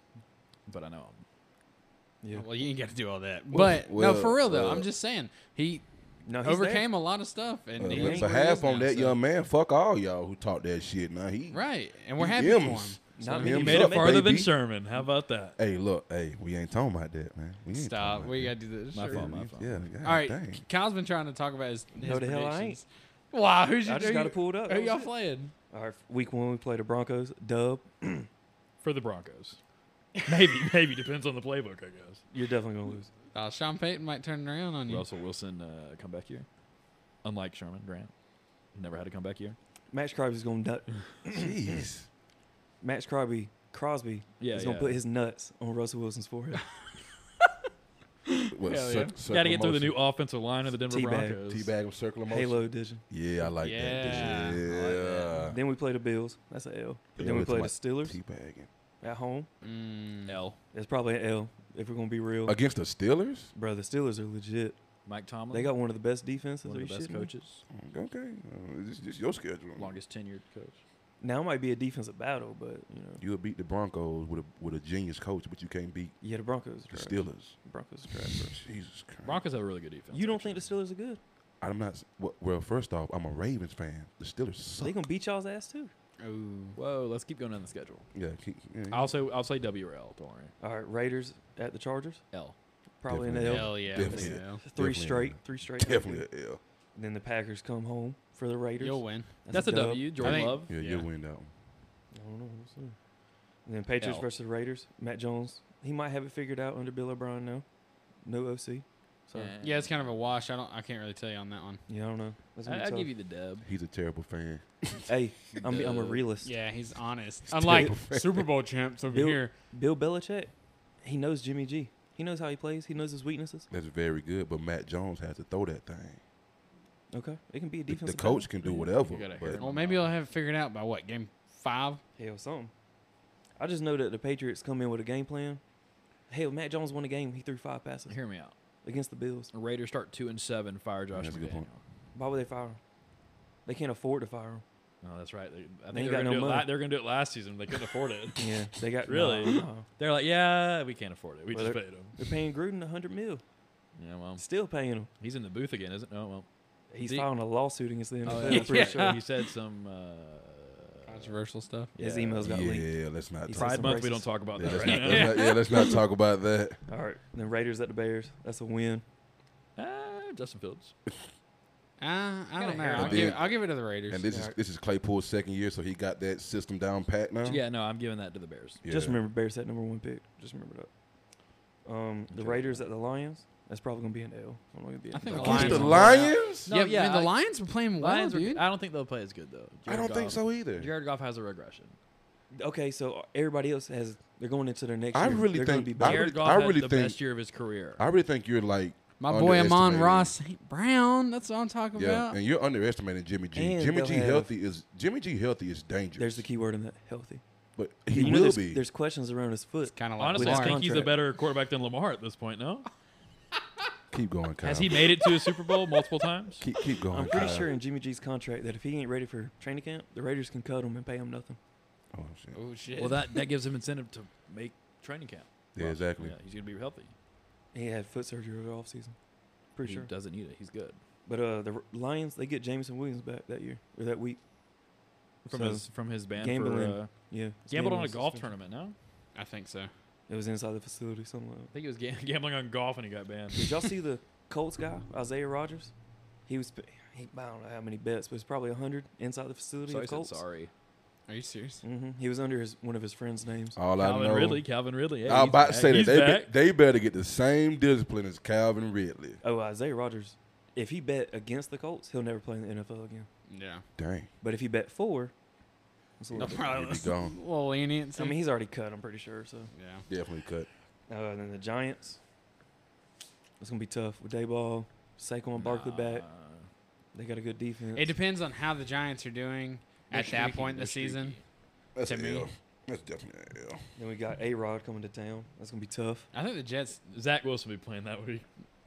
Speaker 5: but I know him.
Speaker 4: Yeah.
Speaker 1: Well, you ain't got to do all that.
Speaker 3: Well,
Speaker 1: But
Speaker 3: well,
Speaker 1: no, for real though,
Speaker 3: well.
Speaker 1: I'm just saying he
Speaker 4: No, he's there.
Speaker 1: overcame a lot of stuff, and
Speaker 3: Uh,
Speaker 1: he
Speaker 3: but
Speaker 1: is
Speaker 3: for
Speaker 1: where he
Speaker 3: half
Speaker 1: is
Speaker 3: on
Speaker 1: now,
Speaker 3: that
Speaker 1: so-
Speaker 3: young man, fuck all y'all who talk that shit. Now he
Speaker 1: right? And we're
Speaker 3: he
Speaker 1: happy for him.
Speaker 3: M's.
Speaker 4: Not
Speaker 3: He M's
Speaker 4: many He
Speaker 5: Made
Speaker 3: up,
Speaker 5: it farther than
Speaker 3: baby.
Speaker 5: Sherman. How about that?
Speaker 3: Hey, look, hey, we ain't talking about that, man. We ain't
Speaker 1: Stop.
Speaker 3: talking
Speaker 1: We
Speaker 3: about
Speaker 1: gotta do this.
Speaker 5: My
Speaker 1: Sure.
Speaker 5: fault.
Speaker 3: that. Yeah, yeah.
Speaker 1: All right,
Speaker 3: Oh, dang.
Speaker 1: Kyle's been trying to talk about his, his
Speaker 4: No, the hell I
Speaker 1: predictions. Wow, who's your?
Speaker 4: I just
Speaker 1: who
Speaker 4: got
Speaker 1: you-
Speaker 4: it pulled up.
Speaker 1: Who
Speaker 4: That
Speaker 1: y'all
Speaker 4: was it.
Speaker 1: playing?
Speaker 4: All right, week one we played the Broncos. Dub.
Speaker 5: For the Broncos. Maybe, maybe depends on the playbook, I guess.
Speaker 4: You're definitely gonna lose.
Speaker 1: Uh, Sean Payton might turn it around on you.
Speaker 5: Russell Wilson uh, comeback year. Unlike Sherman Grant, never had a comeback year.
Speaker 4: Max Crosby's gonna nut.
Speaker 3: Jeez.
Speaker 4: Max Crosby. Crosby
Speaker 5: Yeah,
Speaker 4: is gonna
Speaker 5: yeah.
Speaker 4: put his nuts on Russell Wilson's forehead.
Speaker 3: What,
Speaker 1: Hell
Speaker 3: cir-
Speaker 1: yeah.
Speaker 5: Got to
Speaker 3: circle
Speaker 5: get through the new
Speaker 3: motion?
Speaker 5: offensive line of the Denver
Speaker 4: Teabag.
Speaker 5: Broncos.
Speaker 3: teabag him, circle of motion.
Speaker 4: Halo edition.
Speaker 3: Yeah, I like
Speaker 1: Yeah, I
Speaker 3: that.
Speaker 1: like
Speaker 3: Yeah.
Speaker 1: that.
Speaker 4: Then we play the Bills. That's an L.
Speaker 3: Yeah,
Speaker 4: then we
Speaker 3: it's
Speaker 4: play the
Speaker 3: my
Speaker 4: Steelers
Speaker 3: Teabagging.
Speaker 4: at home.
Speaker 1: Mm.
Speaker 5: L.
Speaker 4: That's probably an L if we're gonna be real.
Speaker 3: Against the Steelers?
Speaker 4: Bro, the Steelers are legit.
Speaker 5: Mike Tomlin.
Speaker 4: They got one of the best defenses.
Speaker 5: one of
Speaker 4: are
Speaker 5: the
Speaker 4: you
Speaker 5: best
Speaker 4: shitting me?
Speaker 5: coaches,
Speaker 3: Okay. Uh, it's just your schedule.
Speaker 5: longest tenured coach.
Speaker 4: Now it might be a defensive battle, but you know,
Speaker 3: You'll beat the Broncos with a with a genius coach, but you can't beat
Speaker 4: yeah, the Broncos. Are
Speaker 3: the
Speaker 4: trash.
Speaker 3: Steelers.
Speaker 4: Broncos are trash, bro.
Speaker 3: Jesus Christ.
Speaker 5: Broncos have a really good defense.
Speaker 4: You don't
Speaker 5: actually.
Speaker 4: think the Steelers are good?
Speaker 3: I'm not. s- Well, well, first off, I'm a Ravens fan. The Steelers suck.
Speaker 4: They gonna beat y'all's ass too.
Speaker 1: Ooh.
Speaker 5: Whoa, let's keep going down the schedule.
Speaker 3: yeah. Keep, yeah.
Speaker 5: I'll say I'll say W or L. Don't worry.
Speaker 4: All right, Raiders at the Chargers.
Speaker 5: L.
Speaker 4: Probably an
Speaker 3: Definitely.
Speaker 4: L.
Speaker 1: Hell yeah.
Speaker 3: Definitely.
Speaker 1: you know.
Speaker 3: Definitely
Speaker 4: Three
Speaker 3: an
Speaker 4: straight.
Speaker 3: L.
Speaker 4: Three straight.
Speaker 3: Definitely an L.
Speaker 4: Then the Packers come home for the Raiders.
Speaker 1: You'll win.
Speaker 5: That's, a
Speaker 4: dub.
Speaker 5: W. Jordan
Speaker 1: I think-
Speaker 5: Love.
Speaker 3: Yeah,
Speaker 1: Yeah.
Speaker 3: you'll win that one.
Speaker 4: I don't know. We'll see. And then Patriots
Speaker 5: L.
Speaker 4: versus the Raiders. Matt Jones. He might have it figured out under Bill O'Brien now. No OC. So yeah,
Speaker 1: Yeah, it's kind of a wash. I don't. I can't really tell you on that one.
Speaker 4: I don't know. That's gonna be
Speaker 5: I, will
Speaker 4: tough.
Speaker 5: give you the dub.
Speaker 3: He's a terrible fan.
Speaker 4: hey, I'm, I'm a
Speaker 5: Dub.
Speaker 4: realist.
Speaker 1: Yeah, he's honest. Unlike Super Bowl champs over
Speaker 4: Bill-
Speaker 1: here.
Speaker 4: Bill Belichick. He knows Jimmy G. He knows how he plays. He knows his weaknesses.
Speaker 3: That's very good, but Matt Jones has to throw that thing.
Speaker 4: Okay, it can be a
Speaker 3: The, the
Speaker 4: defensive.
Speaker 3: coach can do whatever.
Speaker 5: You gotta hear
Speaker 3: But
Speaker 5: him.
Speaker 1: Well, maybe I'll have it figured out by what game five.
Speaker 4: battle. Hell, something. I just know that the Patriots come in with a game plan. Hell, Matt Jones won a game. He threw five passes
Speaker 5: Hear me out.
Speaker 4: against the Bills.
Speaker 5: Raiders start two and seven. Fire Josh
Speaker 3: That's a good
Speaker 5: McDaniel.
Speaker 3: point.
Speaker 4: Why would they fire him? They can't afford to fire him.
Speaker 5: No, Oh, that's right. They, I
Speaker 4: They
Speaker 5: think
Speaker 4: ain't
Speaker 5: they
Speaker 4: got
Speaker 5: were gonna
Speaker 4: no
Speaker 5: do it la-
Speaker 4: money.
Speaker 5: they were gonna do it last season. They couldn't afford it.
Speaker 4: Yeah, they got
Speaker 5: Really?
Speaker 4: nah, nah.
Speaker 5: They're like, yeah, we can't afford it. We
Speaker 4: Well,
Speaker 5: just
Speaker 4: they're-
Speaker 5: paid him.
Speaker 4: They're paying Gruden a hundred mil.
Speaker 5: Yeah, well,
Speaker 4: Still paying him.
Speaker 5: he's in the booth again, isn't? No, well,
Speaker 4: He's
Speaker 5: The-
Speaker 4: filing a lawsuit against the NFL.
Speaker 5: oh,
Speaker 4: I'm pretty
Speaker 5: yeah.
Speaker 4: sure.
Speaker 5: he said some. Uh,
Speaker 1: Controversial stuff.
Speaker 4: His
Speaker 5: yeah.
Speaker 4: emails got leaked.
Speaker 3: yeah, let's not. Talk
Speaker 4: He said
Speaker 5: Pride
Speaker 4: some
Speaker 3: about
Speaker 5: Month. We
Speaker 4: racist-
Speaker 5: don't talk about
Speaker 3: yeah,
Speaker 5: that
Speaker 3: let's
Speaker 5: right
Speaker 3: not,
Speaker 5: now.
Speaker 3: let's not- yeah, let's not talk about that.
Speaker 4: All right, then Raiders at the Bears. That's a win.
Speaker 5: Ah, Justin Fields.
Speaker 1: Uh, I don't know.
Speaker 5: hair
Speaker 1: I'll
Speaker 3: on
Speaker 1: give,
Speaker 3: it.
Speaker 1: it, I'll give it to the Raiders.
Speaker 3: And this is this is Claypool's second year, so he got that system down pat now.
Speaker 5: Yeah, no, I'm giving that to the Bears.
Speaker 3: Yeah.
Speaker 4: Just remember Bears at number one pick. Just remember that. Um, the
Speaker 5: Okay.
Speaker 4: Raiders at the Lions. That's probably gonna be an L. I'm not gonna be.
Speaker 1: I think
Speaker 4: But-
Speaker 1: the
Speaker 3: Against the
Speaker 1: Lions.
Speaker 3: Lions?
Speaker 5: No,
Speaker 1: yeah,
Speaker 5: yeah,
Speaker 1: man, the
Speaker 5: I-
Speaker 1: Lions were playing well,
Speaker 5: Lions, were-
Speaker 1: dude.
Speaker 5: I don't think they'll play as good though.
Speaker 3: I
Speaker 5: Jared
Speaker 3: don't think
Speaker 5: Goff-
Speaker 3: so either.
Speaker 5: Jared Goff has a regression.
Speaker 4: Okay, so everybody else has. They're going into their next.
Speaker 3: I
Speaker 4: year.
Speaker 3: really
Speaker 4: they're gonna
Speaker 3: think-
Speaker 4: be
Speaker 3: I
Speaker 4: better.
Speaker 5: Jared
Speaker 3: really-
Speaker 5: Goff
Speaker 3: I
Speaker 5: had
Speaker 3: really
Speaker 5: the
Speaker 3: think-
Speaker 5: best year of his career.
Speaker 3: I really think you're like
Speaker 1: My boy Amon
Speaker 3: underestimating-
Speaker 1: Ross St. Brown. That's what I'm talking
Speaker 3: Yeah,
Speaker 1: about.
Speaker 3: and you're underestimating Jimmy G.
Speaker 4: And
Speaker 3: Jimmy
Speaker 4: they'll
Speaker 3: G
Speaker 4: have-
Speaker 3: healthy is Jimmy G healthy is dangerous.
Speaker 4: There's the key word in that. Healthy.
Speaker 3: but he
Speaker 4: you know,
Speaker 3: will
Speaker 4: there's,
Speaker 3: be.
Speaker 4: There's questions around his foot.
Speaker 1: Kind of like
Speaker 5: Honestly,
Speaker 4: With
Speaker 5: I
Speaker 1: Lamar.
Speaker 4: his
Speaker 5: think he's a
Speaker 4: contract.
Speaker 5: better quarterback than Lamar at this point. No,
Speaker 3: keep going, Kyle.
Speaker 5: has he made it to a Super Bowl multiple times?
Speaker 3: keep, keep going.
Speaker 4: I'm pretty
Speaker 3: Kyle.
Speaker 4: sure in Jimmy G's contract that if he ain't ready for training camp, the Raiders can cut him and pay him nothing.
Speaker 3: Oh shit.
Speaker 1: Oh shit.
Speaker 5: Well, that that gives him incentive to make training camp.
Speaker 3: Yeah, exactly.
Speaker 5: Yeah, he's gonna be healthy.
Speaker 4: He had foot surgery over the offseason.
Speaker 5: he
Speaker 4: Pretty sure.
Speaker 5: doesn't need it. He's good
Speaker 4: But uh, the Lions, they get Jameson Williams back that year or that week.
Speaker 5: from
Speaker 4: So,
Speaker 5: his from his band
Speaker 4: gambling.
Speaker 5: for uh,
Speaker 4: Yeah.
Speaker 5: gambled
Speaker 4: Gambling
Speaker 5: on a
Speaker 4: was
Speaker 5: golf
Speaker 4: suspended.
Speaker 5: tournament. No,
Speaker 1: I think so.
Speaker 4: It was inside the facility somewhere.
Speaker 5: I think he was ga- gambling on golf and he got banned.
Speaker 4: Did y'all see the Colts guy, Isaiah Rogers? He was, he, I don't know how many bets, but it's probably 100 inside the facility
Speaker 5: So I
Speaker 4: of
Speaker 5: said
Speaker 4: Colts.
Speaker 5: sorry.
Speaker 1: Are you serious?
Speaker 4: hmm He was under his one of his friends' names.
Speaker 3: All I
Speaker 5: Calvin
Speaker 3: know.
Speaker 5: Ridley. Calvin Ridley. Hey,
Speaker 3: I'm
Speaker 5: he's
Speaker 3: about to
Speaker 5: back.
Speaker 3: say that
Speaker 5: He's
Speaker 3: they,
Speaker 5: back.
Speaker 3: be- they better get the same discipline as Calvin Ridley.
Speaker 4: Oh, Isaiah Rogers. If he bet against the Colts, he'll never play in the NFL again.
Speaker 1: Yeah.
Speaker 3: Dang.
Speaker 4: But if he bet for, it's a
Speaker 1: No
Speaker 4: little bit-
Speaker 3: He'd be
Speaker 1: problem.
Speaker 3: gone.
Speaker 1: Well, leniency.
Speaker 4: I mean, he's already cut. I'm pretty sure. So,
Speaker 1: yeah.
Speaker 3: Definitely cut.
Speaker 4: uh, and then the Giants. It's gonna be tough with Dayball, Saquon Barkley back.
Speaker 5: Nah.
Speaker 4: They got a good defense.
Speaker 1: It depends on how the Giants are doing
Speaker 5: They're
Speaker 1: at that
Speaker 5: streaky.
Speaker 1: point in the
Speaker 5: They're streaky.
Speaker 1: season.
Speaker 3: That's
Speaker 1: To
Speaker 3: an
Speaker 1: me.
Speaker 3: L. That's definitely an L.
Speaker 4: then we got A Rod coming to town. That's gonna be tough.
Speaker 1: I think the Jets
Speaker 5: Zach Wilson will be playing that week.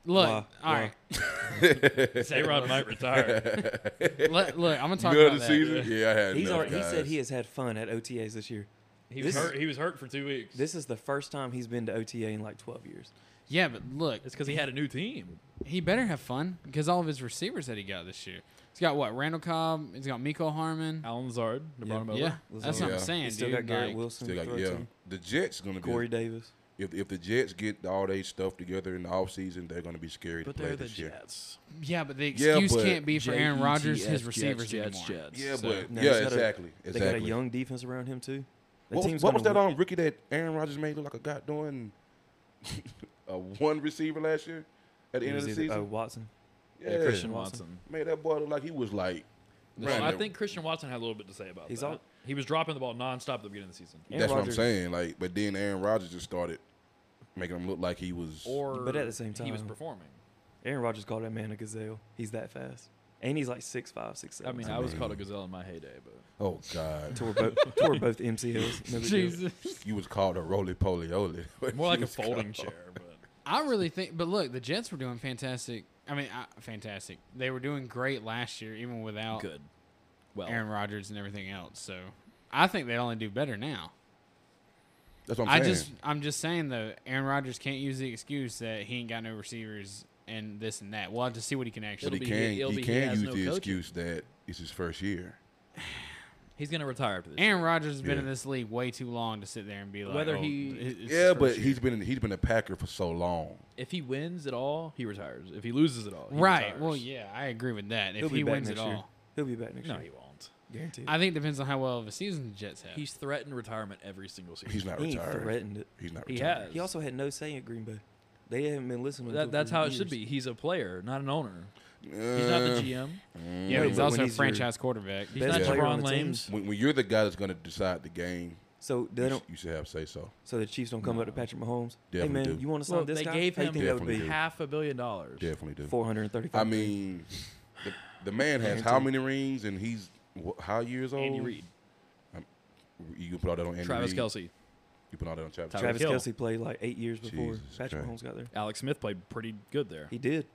Speaker 1: look.
Speaker 4: Why?
Speaker 1: all
Speaker 4: Why?
Speaker 1: right,
Speaker 5: A Rod might retire.
Speaker 1: Let- look. I'm gonna talk
Speaker 3: Good
Speaker 1: about that.
Speaker 3: season. Yeah, I had.
Speaker 4: He's
Speaker 3: enough,
Speaker 4: already, he said
Speaker 3: guys.
Speaker 4: he has had fun at OTAs this year.
Speaker 5: He was
Speaker 4: This-
Speaker 5: hurt. He was hurt for two weeks.
Speaker 4: This is the first time he's been to OTA in like 12 years.
Speaker 1: Yeah, but look,
Speaker 5: it's because he had a new team.
Speaker 1: he better have fun because all of his receivers that he got this year. He's got what? Randall Cobb. He's got Miko Harmon.
Speaker 5: Alan Lazard. They brought
Speaker 4: Yeah.
Speaker 5: him over.
Speaker 1: Yeah, that's what
Speaker 3: Yeah.
Speaker 1: I'm saying,
Speaker 4: He's still
Speaker 1: dude.
Speaker 4: got Garrett
Speaker 1: Like,
Speaker 4: Wilson.
Speaker 3: Still
Speaker 4: to
Speaker 3: got-
Speaker 4: throw to
Speaker 3: yeah.
Speaker 4: him.
Speaker 3: The Jets gonna be
Speaker 4: Corey Davis.
Speaker 3: if if the Jets get all their stuff together in the offseason, they're gonna be scary
Speaker 5: But
Speaker 3: to play
Speaker 5: they're the
Speaker 3: this year.
Speaker 5: Jets. E
Speaker 1: yeah, but E the
Speaker 3: Yeah,
Speaker 1: excuse
Speaker 3: but
Speaker 1: can't be for Aaron Rodgers his
Speaker 5: JETS,
Speaker 1: receivers
Speaker 5: Jets,
Speaker 1: anymore.
Speaker 5: Jets, Jets.
Speaker 3: Yeah,
Speaker 5: So-
Speaker 3: but
Speaker 4: No,
Speaker 3: yeah,
Speaker 4: he's got a-
Speaker 3: exactly.
Speaker 4: They got a
Speaker 3: Exactly.
Speaker 4: young defense around him too. That
Speaker 3: what was,
Speaker 4: team's
Speaker 3: what was
Speaker 4: gonna
Speaker 3: that um, rookie that Aaron Rodgers made look like a goddamn a one receiver last year at the end
Speaker 4: win. It
Speaker 3: of the
Speaker 4: was either-
Speaker 3: season?
Speaker 4: Oh, Watson.
Speaker 3: yeah,
Speaker 5: uh, Christian
Speaker 4: Watson.
Speaker 5: Watson.
Speaker 3: made that boy look like he was like.
Speaker 5: Well, I
Speaker 3: running.
Speaker 5: think Christian Watson had a little bit to say about
Speaker 4: He's
Speaker 5: that.
Speaker 4: all-
Speaker 5: he was dropping the ball nonstop at the beginning of the season.
Speaker 4: Aaron
Speaker 3: that's what I'm
Speaker 4: Rodgers-
Speaker 3: saying. Like, but then Aaron Rodgers just started making him look like he was.
Speaker 5: Or
Speaker 4: But at the same
Speaker 5: he was
Speaker 4: time-
Speaker 5: performing.
Speaker 4: Aaron Rodgers called that man a gazelle. He's that fast, and he's like six five, six
Speaker 5: I
Speaker 4: seven.
Speaker 5: mean, I was called a gazelle in my heyday, but
Speaker 3: oh God,
Speaker 4: tore both tore both MCLs. No big deal.
Speaker 1: Jesus.
Speaker 3: you was called a roly poly oly.
Speaker 5: more like a folding chair. But
Speaker 1: I really think, but look, the Jets were doing fantastic. I mean, uh, fantastic. They were doing great last year, even without
Speaker 5: good. Well,
Speaker 1: Aaron Rodgers and everything else. So I think they only do better now.
Speaker 3: That's what I'm
Speaker 1: i
Speaker 3: saying.
Speaker 1: just, I'm just saying though, Aaron Rodgers can't use the excuse that he ain't got no receivers and this and that. We'll have to see what he can
Speaker 3: but
Speaker 1: actually.
Speaker 3: he
Speaker 5: it'll be- it'll be
Speaker 3: can he
Speaker 5: he
Speaker 3: can
Speaker 5: has
Speaker 3: use
Speaker 5: no
Speaker 3: the
Speaker 5: coaching.
Speaker 3: excuse that it's his first year.
Speaker 5: he's gonna retire after this.
Speaker 1: Aaron Rodgers has been
Speaker 3: Yeah.
Speaker 1: in this league way too long to sit there and be like,
Speaker 5: Whether
Speaker 1: oh,
Speaker 5: he-
Speaker 1: it- it's his
Speaker 3: yeah, but
Speaker 1: first year.
Speaker 3: he's been in, he's been a Packer for so long.
Speaker 5: If he wins at all, he retires. If he loses at all, he
Speaker 1: right.
Speaker 5: retires.
Speaker 1: Well, yeah, I agree with that.
Speaker 4: He'll
Speaker 1: If
Speaker 4: be
Speaker 1: he
Speaker 4: back
Speaker 1: wins it
Speaker 4: next
Speaker 1: all,
Speaker 4: year. He'll be back next
Speaker 5: No, he
Speaker 4: year,
Speaker 5: won't.
Speaker 4: guaranteed.
Speaker 1: I think it depends on how well of a season the Jets have.
Speaker 5: He's threatened retirement every single season.
Speaker 3: He's not
Speaker 4: he ain't
Speaker 3: retired.
Speaker 4: threatened it.
Speaker 3: He's not
Speaker 5: He
Speaker 3: retired.
Speaker 5: has.
Speaker 4: He also had no say in Green Bay. They haven't been listening.
Speaker 5: That,
Speaker 4: to
Speaker 5: that's
Speaker 4: him for
Speaker 5: how it should be.
Speaker 4: years.
Speaker 5: He's a player, not an owner.
Speaker 3: Uh,
Speaker 5: He's not the GM.
Speaker 3: Mm-hmm.
Speaker 1: yeah, but
Speaker 4: No,
Speaker 1: he's
Speaker 4: but
Speaker 1: also
Speaker 4: when
Speaker 1: a
Speaker 4: he's your-
Speaker 1: franchise quarterback.
Speaker 5: He's
Speaker 4: Best
Speaker 5: not
Speaker 4: player on
Speaker 5: Jaron
Speaker 4: the team.
Speaker 5: Lames.
Speaker 3: When, when you're the guy that's going to decide the game,
Speaker 4: So
Speaker 3: you,
Speaker 4: they
Speaker 3: sh-
Speaker 4: don't.
Speaker 3: you should have say so.
Speaker 4: So the Chiefs don't come up to Patrick Mahomes. hey
Speaker 3: Definitely
Speaker 4: man,
Speaker 3: do.
Speaker 4: you want to sign
Speaker 5: Well,
Speaker 4: this
Speaker 5: they
Speaker 4: guy?
Speaker 5: gave
Speaker 4: How you
Speaker 5: him-
Speaker 4: think that would
Speaker 3: Definitely
Speaker 4: be?
Speaker 3: do.
Speaker 5: Half a billion dollars.
Speaker 3: Definitely do.
Speaker 4: Four hundred thirty-five.
Speaker 3: I mean, the, the man has how many rings, and he's wh- how years old?
Speaker 5: Andy Reid,
Speaker 3: You can put all that on Andy
Speaker 5: Travis
Speaker 3: Reid.
Speaker 5: Kelsey,
Speaker 3: You put all that on Travis.
Speaker 5: Tyreek
Speaker 4: Travis
Speaker 5: Hill.
Speaker 4: Kelsey played like eight years before
Speaker 3: Jesus
Speaker 4: Patrick
Speaker 3: Christ.
Speaker 4: Mahomes got there.
Speaker 5: Alex Smith played pretty good there.
Speaker 4: He did.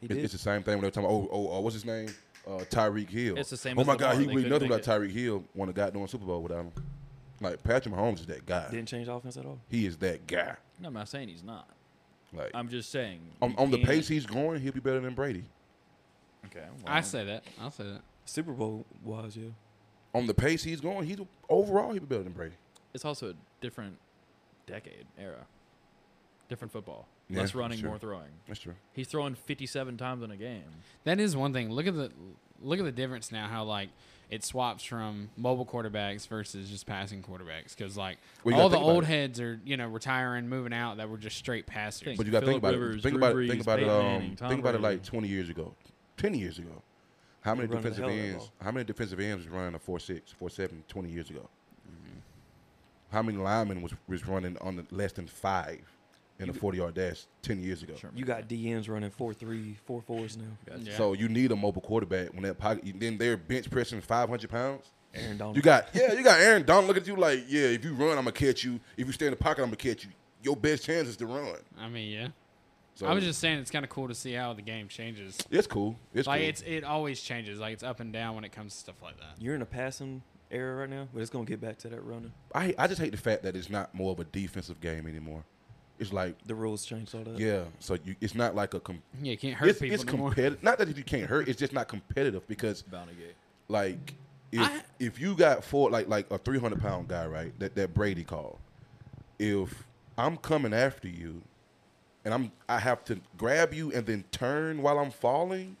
Speaker 4: He
Speaker 3: It's,
Speaker 4: did.
Speaker 3: it's the same thing when they're talking. About, oh, oh, uh, what's his name? Uh, Tyreek Hill.
Speaker 5: It's the same
Speaker 3: Oh
Speaker 5: as
Speaker 3: my
Speaker 5: Lamar.
Speaker 3: God, he
Speaker 5: They
Speaker 3: would be nothing
Speaker 5: couldn't
Speaker 3: without Tyreek Hill. Won a goddamn Super Bowl without him. Like Patrick Mahomes is that guy.
Speaker 4: Didn't change the offense at all.
Speaker 3: He is that guy.
Speaker 5: No, I'm not saying he's not.
Speaker 3: Like
Speaker 5: I'm just saying.
Speaker 3: on,
Speaker 5: he
Speaker 3: on the
Speaker 5: can't-
Speaker 3: pace he's going, he'll be better than Brady.
Speaker 5: Okay.
Speaker 1: I say that. I'll say that.
Speaker 4: Super Bowl wise, yeah.
Speaker 3: On the pace he's going, he's overall he'll be better than Brady.
Speaker 5: it's also a different decade era, different football.
Speaker 3: Yeah,
Speaker 5: Less running,
Speaker 3: sure.
Speaker 5: more throwing.
Speaker 3: That's true.
Speaker 5: He's throwing 57 times in a game.
Speaker 1: That is one thing. Look at the look at the difference now. How like it swaps from mobile quarterbacks versus just passing quarterbacks because like
Speaker 3: Well, you gotta
Speaker 1: all the
Speaker 3: think about
Speaker 1: old
Speaker 3: it.
Speaker 1: heads are you know retiring, moving out that were just straight passers.
Speaker 3: But you got to think
Speaker 2: Phillip
Speaker 3: about
Speaker 2: Rivers,
Speaker 3: it. Think
Speaker 2: Drew
Speaker 3: about it. Think
Speaker 2: Brees,
Speaker 3: about it.
Speaker 2: Peyton
Speaker 3: Um,
Speaker 2: Manning, Tom
Speaker 3: think about it
Speaker 2: Brady.
Speaker 3: like 20 years ago, 10 years ago. How many
Speaker 4: They run the
Speaker 3: defensive
Speaker 4: hell out of that
Speaker 3: ends? How many defensive ends was running a 4.6, 4.7 20 years ago? How many linemen was, was running on the less than five in a 40 yard dash 10 years ago?
Speaker 2: Sherman.
Speaker 4: You got DNs running four three, four fours now.
Speaker 1: Yeah.
Speaker 3: So you need a mobile quarterback when that pocket. Then they're bench pressing 500 pounds.
Speaker 4: Aaron Donald.
Speaker 3: You got yeah, you got Aaron Donald looking at you like yeah. If you run, I'm gonna catch you. If you stay in the pocket, I'm gonna catch you. Your best chance is to run.
Speaker 1: I mean, yeah.
Speaker 3: So
Speaker 1: I was just saying it's kind of cool to see how the game changes.
Speaker 3: it's cool. It's
Speaker 1: like
Speaker 3: cool.
Speaker 1: it's it always changes. Like it's up and down when it comes to stuff like that.
Speaker 4: You're in a passing era right now, but it's gonna get back to that running.
Speaker 3: I I just hate the fact that it's not more of a defensive game anymore. It's like
Speaker 4: The rules changed all that.
Speaker 3: yeah, so you it's not like a com-
Speaker 1: Yeah, you can't hurt
Speaker 3: it's,
Speaker 1: people
Speaker 3: it's
Speaker 1: no more.
Speaker 3: competitive. Not that you can't hurt, it's just not competitive because
Speaker 5: Bounty Gate.
Speaker 3: like if
Speaker 1: I-
Speaker 3: if you got four like like a three hundred pound guy right that that Brady called, if I'm coming after you, and I'm I have to grab you and then turn while I'm falling,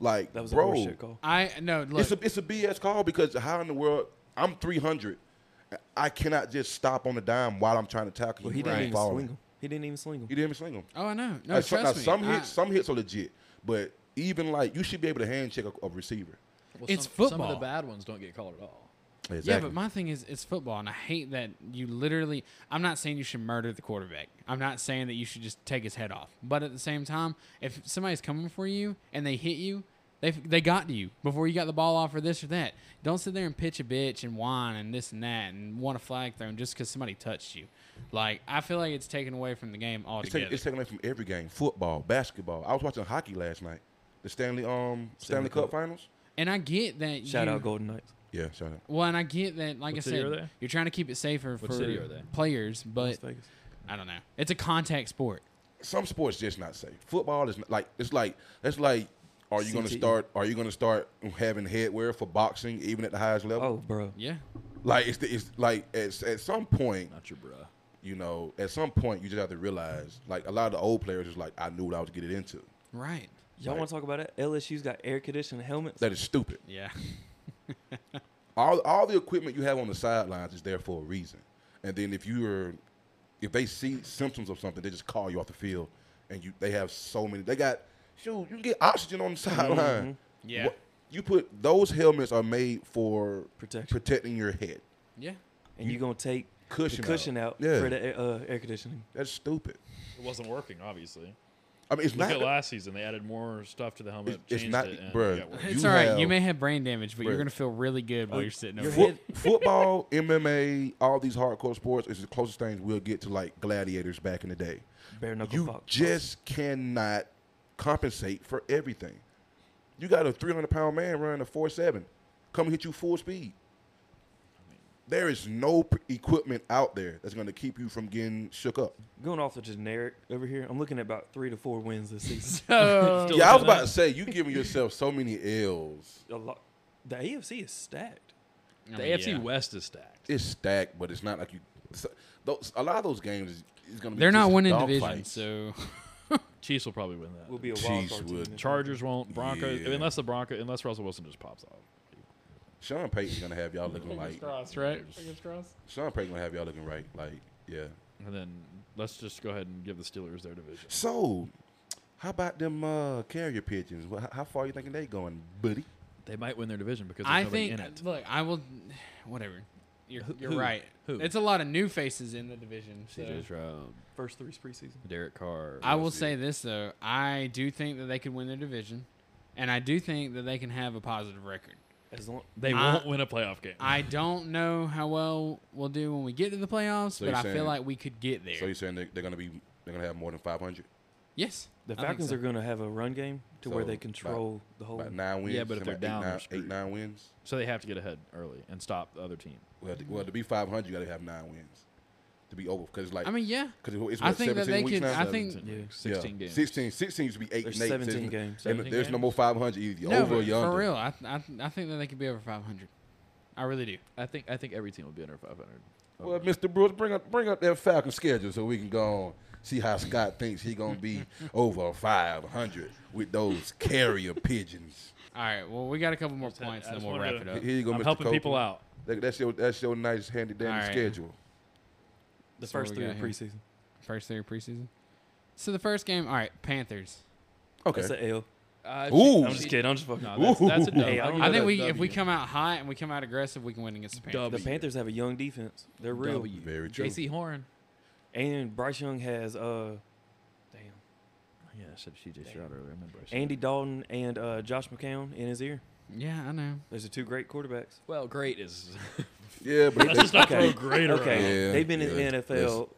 Speaker 3: like
Speaker 4: That was
Speaker 3: bro,
Speaker 4: a horseshit call.
Speaker 1: I no look.
Speaker 3: it's a it's a BS call because how in the world I'm 300, I cannot just stop on the dime while I'm trying to tackle
Speaker 4: Well,
Speaker 3: you.
Speaker 4: he didn't
Speaker 1: Right.
Speaker 4: even
Speaker 3: Falling.
Speaker 4: swing him. He didn't even swing him.
Speaker 3: You didn't even sling him.
Speaker 1: oh, I know. No,
Speaker 3: Like, so-
Speaker 1: trust
Speaker 3: now,
Speaker 1: me.
Speaker 3: some
Speaker 1: I-
Speaker 3: hits some hits are legit, but even like you should be able to hand check a, a receiver.
Speaker 5: Well,
Speaker 1: It's
Speaker 5: some, Some of
Speaker 1: football.
Speaker 5: the bad ones don't get called at all.
Speaker 1: Yeah, but my thing is, it's football, and I hate that you literally. I'm not saying you should murder the quarterback. I'm not saying that you should just take his head off. But at the same time, if somebody's coming for you and they hit you, they they got you before you got the ball off or this or that. Don't sit there and pitch a bitch and whine and this and that and want a flag thrown just because somebody touched you. Like I feel like it's taken away from the game
Speaker 3: it's,
Speaker 1: altogether.
Speaker 3: taking, it's taken away from every game: football, basketball. I was watching hockey last night, the Stanley um Stanley,
Speaker 4: Stanley
Speaker 3: Cup,
Speaker 4: Cup.
Speaker 3: Finals.
Speaker 1: and I get that.
Speaker 4: Shout
Speaker 1: you,
Speaker 4: out Golden Knights.
Speaker 3: Yeah, shout out.
Speaker 1: Well, and I get that. Like
Speaker 5: What
Speaker 1: I
Speaker 5: city are
Speaker 1: said,
Speaker 5: they?
Speaker 1: you're trying to keep it safer for
Speaker 5: city are they?
Speaker 1: players, but
Speaker 4: Las Vegas.
Speaker 1: I don't know. It's a contact sport.
Speaker 3: Some sports just not safe. Football is not, like it's like that's like. Are you going to
Speaker 4: CTE.
Speaker 3: start? Are you going to start having headwear for boxing, even at the highest level?
Speaker 4: Oh, bro.
Speaker 1: Yeah.
Speaker 3: Like it's, the, it's like at, at some point,
Speaker 5: Not your bruh.
Speaker 3: you know, at some point you just have to realize. Like a lot of the old players is like, I knew what I was getting into.
Speaker 1: Right.
Speaker 4: Y'all
Speaker 3: Right.
Speaker 4: want to talk about that? LSU's got air conditioning helmets.
Speaker 3: That is stupid.
Speaker 1: Yeah.
Speaker 3: All all the equipment you have on the sidelines is there for a reason. And then if you are, if they see symptoms of something, they just call you off the field. And you, they have so many. They got shoot. You get oxygen on the
Speaker 2: Mm-hmm.
Speaker 3: sideline.
Speaker 4: Mm-hmm.
Speaker 1: Yeah.
Speaker 3: What- You put those helmets are made for
Speaker 4: Protection.
Speaker 3: protecting your head.
Speaker 1: Yeah.
Speaker 4: and you're going to take
Speaker 3: Cushion
Speaker 4: the cushion out,
Speaker 3: Yeah,
Speaker 4: for the uh, air conditioning.
Speaker 3: that's stupid.
Speaker 2: It wasn't working, obviously.
Speaker 3: I mean, it's
Speaker 2: Look
Speaker 3: not.
Speaker 2: at last season. They added more stuff to the helmet.
Speaker 3: It's- it's
Speaker 2: changed
Speaker 3: not-
Speaker 2: it, and
Speaker 3: bruh.
Speaker 2: it got worse.
Speaker 1: It's
Speaker 3: You
Speaker 1: all right. You
Speaker 3: have-
Speaker 1: may have brain damage, but you're
Speaker 3: Right.
Speaker 1: going to feel really good while
Speaker 4: Oh,
Speaker 1: you're sitting
Speaker 4: your
Speaker 1: over
Speaker 3: Foot,
Speaker 1: there.
Speaker 4: head-
Speaker 3: football, MMA, all these hardcore sports is the closest things we'll get to like gladiators back in the day.
Speaker 4: Bare knuckle
Speaker 3: You
Speaker 4: fox.
Speaker 3: just cannot compensate for everything. You got a 300 pound man running a 4 7, come hit you full speed. There is no p- equipment out there that's going to keep you from getting shook up.
Speaker 4: Going off the generic over here, I'm looking at about three to four wins this season.
Speaker 1: So,
Speaker 5: Still
Speaker 3: yeah, I was
Speaker 5: looking
Speaker 3: about
Speaker 5: up.
Speaker 3: to say, you giving yourself so many L's.
Speaker 4: A lot. The AFC is stacked.
Speaker 1: I
Speaker 5: The
Speaker 1: mean,
Speaker 5: AFC
Speaker 1: yeah.
Speaker 5: West is stacked.
Speaker 3: It's stacked, but it's not like you. so- Those, a lot of those games is, is going to be.
Speaker 1: They're not
Speaker 3: just
Speaker 1: winning
Speaker 3: dog
Speaker 1: division,
Speaker 3: fights.
Speaker 1: so
Speaker 5: Chiefs will probably win that.
Speaker 4: Will be a wild
Speaker 3: Chiefs
Speaker 4: card
Speaker 3: would.
Speaker 4: team. this
Speaker 5: Chargers won't. Broncos,
Speaker 3: Yeah.
Speaker 5: unless the Bronco, unless Russell Wilson just pops off.
Speaker 3: Sean Payton's going to have y'all looking like.
Speaker 1: right?
Speaker 3: Sean Payton going to have y'all looking right. Like, yeah.
Speaker 5: And then let's just go ahead and give the Steelers their division.
Speaker 3: So, how about them uh, carrier pigeons? Wha- How far you thinking they going, buddy?
Speaker 5: They might win their division because there's
Speaker 1: I
Speaker 5: nobody
Speaker 1: think.
Speaker 5: in it.
Speaker 1: Look, I will. Whatever. You're,
Speaker 5: Who-
Speaker 1: you're
Speaker 5: who?
Speaker 1: right.
Speaker 5: Who?
Speaker 1: It's a lot of new faces in the division. So.
Speaker 5: CJ Stroud,
Speaker 4: First three is preseason.
Speaker 5: Derek Carr.
Speaker 1: I will say this though, I do think that they could win their division, and I do think that they can have a positive record.
Speaker 4: As long,
Speaker 5: they
Speaker 1: I-
Speaker 5: won't win a playoff game.
Speaker 1: I don't know how well we'll do when we get to the playoffs,
Speaker 3: So
Speaker 1: but
Speaker 3: you're
Speaker 1: I feel
Speaker 3: saying-
Speaker 1: like we could get there.
Speaker 3: So you saying they, they're gonna be they're gonna have more than five hundred
Speaker 1: yes,
Speaker 4: the
Speaker 1: I think
Speaker 4: Falcons
Speaker 1: so.
Speaker 4: are going to have a run game to where
Speaker 3: So,
Speaker 4: they
Speaker 3: about-
Speaker 4: control the
Speaker 1: Oh.
Speaker 4: whole.
Speaker 3: about nine wins?
Speaker 5: Yeah, but if they're
Speaker 3: Something
Speaker 5: down,
Speaker 3: like
Speaker 5: they're
Speaker 3: eight, nine, eight
Speaker 5: screwed.
Speaker 3: nine wins.
Speaker 5: so they have to get ahead early and stop the other team.
Speaker 3: Well, to, well, to be five hundred, you gotta have nine wins to be over because like
Speaker 1: I mean, yeah,
Speaker 3: because it's what,
Speaker 1: I think that
Speaker 3: 17
Speaker 1: they
Speaker 3: weeks
Speaker 1: could.
Speaker 3: now?
Speaker 1: I think
Speaker 5: Seventeen,
Speaker 4: Yeah.
Speaker 5: sixteen
Speaker 3: yeah.
Speaker 5: games.
Speaker 3: 16, 16 used to be eight
Speaker 4: There's
Speaker 3: and eight.
Speaker 4: 17
Speaker 3: There's-
Speaker 4: games.
Speaker 3: there-
Speaker 5: 17
Speaker 3: there's no
Speaker 5: games?
Speaker 3: more five hundred either.
Speaker 1: no,
Speaker 3: over or
Speaker 1: but
Speaker 3: yonder.
Speaker 1: for real. I, I I think that they could be over 500. I really do.
Speaker 5: I think I think every team will be under 500.
Speaker 3: Well, Mr. Brooks, bring up bring up that Falcon schedule so we can go on see how Scott thinks he gonna be over five hundred with those carrier pigeons.
Speaker 1: All right. Well, we got a couple more
Speaker 5: Just had-
Speaker 1: points,
Speaker 5: I
Speaker 1: and then
Speaker 5: just
Speaker 1: we'll
Speaker 5: wanted
Speaker 1: wrap it
Speaker 5: to-
Speaker 1: up.
Speaker 3: Here you go,
Speaker 5: I'm
Speaker 3: Mr.
Speaker 5: helping people
Speaker 3: Copeland.
Speaker 5: out.
Speaker 3: That, that's your that's your nice handy dandy
Speaker 1: All right.
Speaker 3: schedule.
Speaker 4: The
Speaker 1: So what
Speaker 4: first
Speaker 1: we
Speaker 4: three
Speaker 1: got
Speaker 4: of
Speaker 1: here?
Speaker 4: preseason.
Speaker 1: First three preseason. So the first game. All right, Panthers.
Speaker 3: Okay.
Speaker 4: That's a L.
Speaker 5: Uh,
Speaker 3: Ooh.
Speaker 4: I'm just kidding. I'm just fucking.
Speaker 5: No, that's, that's a dub.
Speaker 4: Hey, I
Speaker 5: I'll
Speaker 4: don't
Speaker 5: give
Speaker 1: I
Speaker 5: it
Speaker 1: think
Speaker 5: a
Speaker 1: we if we
Speaker 5: W.
Speaker 1: come out hot and we come out aggressive, we can win against the Panthers.
Speaker 4: the Panthers have a young defense. They're real.
Speaker 5: W.
Speaker 3: Very true.
Speaker 5: JC Horn.
Speaker 4: And Bryce Young has uh, damn,
Speaker 5: Yeah, I said CJ Stroud earlier. I remember. I said
Speaker 4: Andy Dalton and uh, Josh McCown in his ear.
Speaker 1: Yeah, I know.
Speaker 4: Those are two great quarterbacks.
Speaker 5: it. Well, great is.
Speaker 3: Yeah, but
Speaker 5: Let's just not
Speaker 4: Okay.
Speaker 5: throw great around.
Speaker 4: Okay,
Speaker 3: Yeah,
Speaker 4: they've been
Speaker 3: yeah,
Speaker 4: in the NFL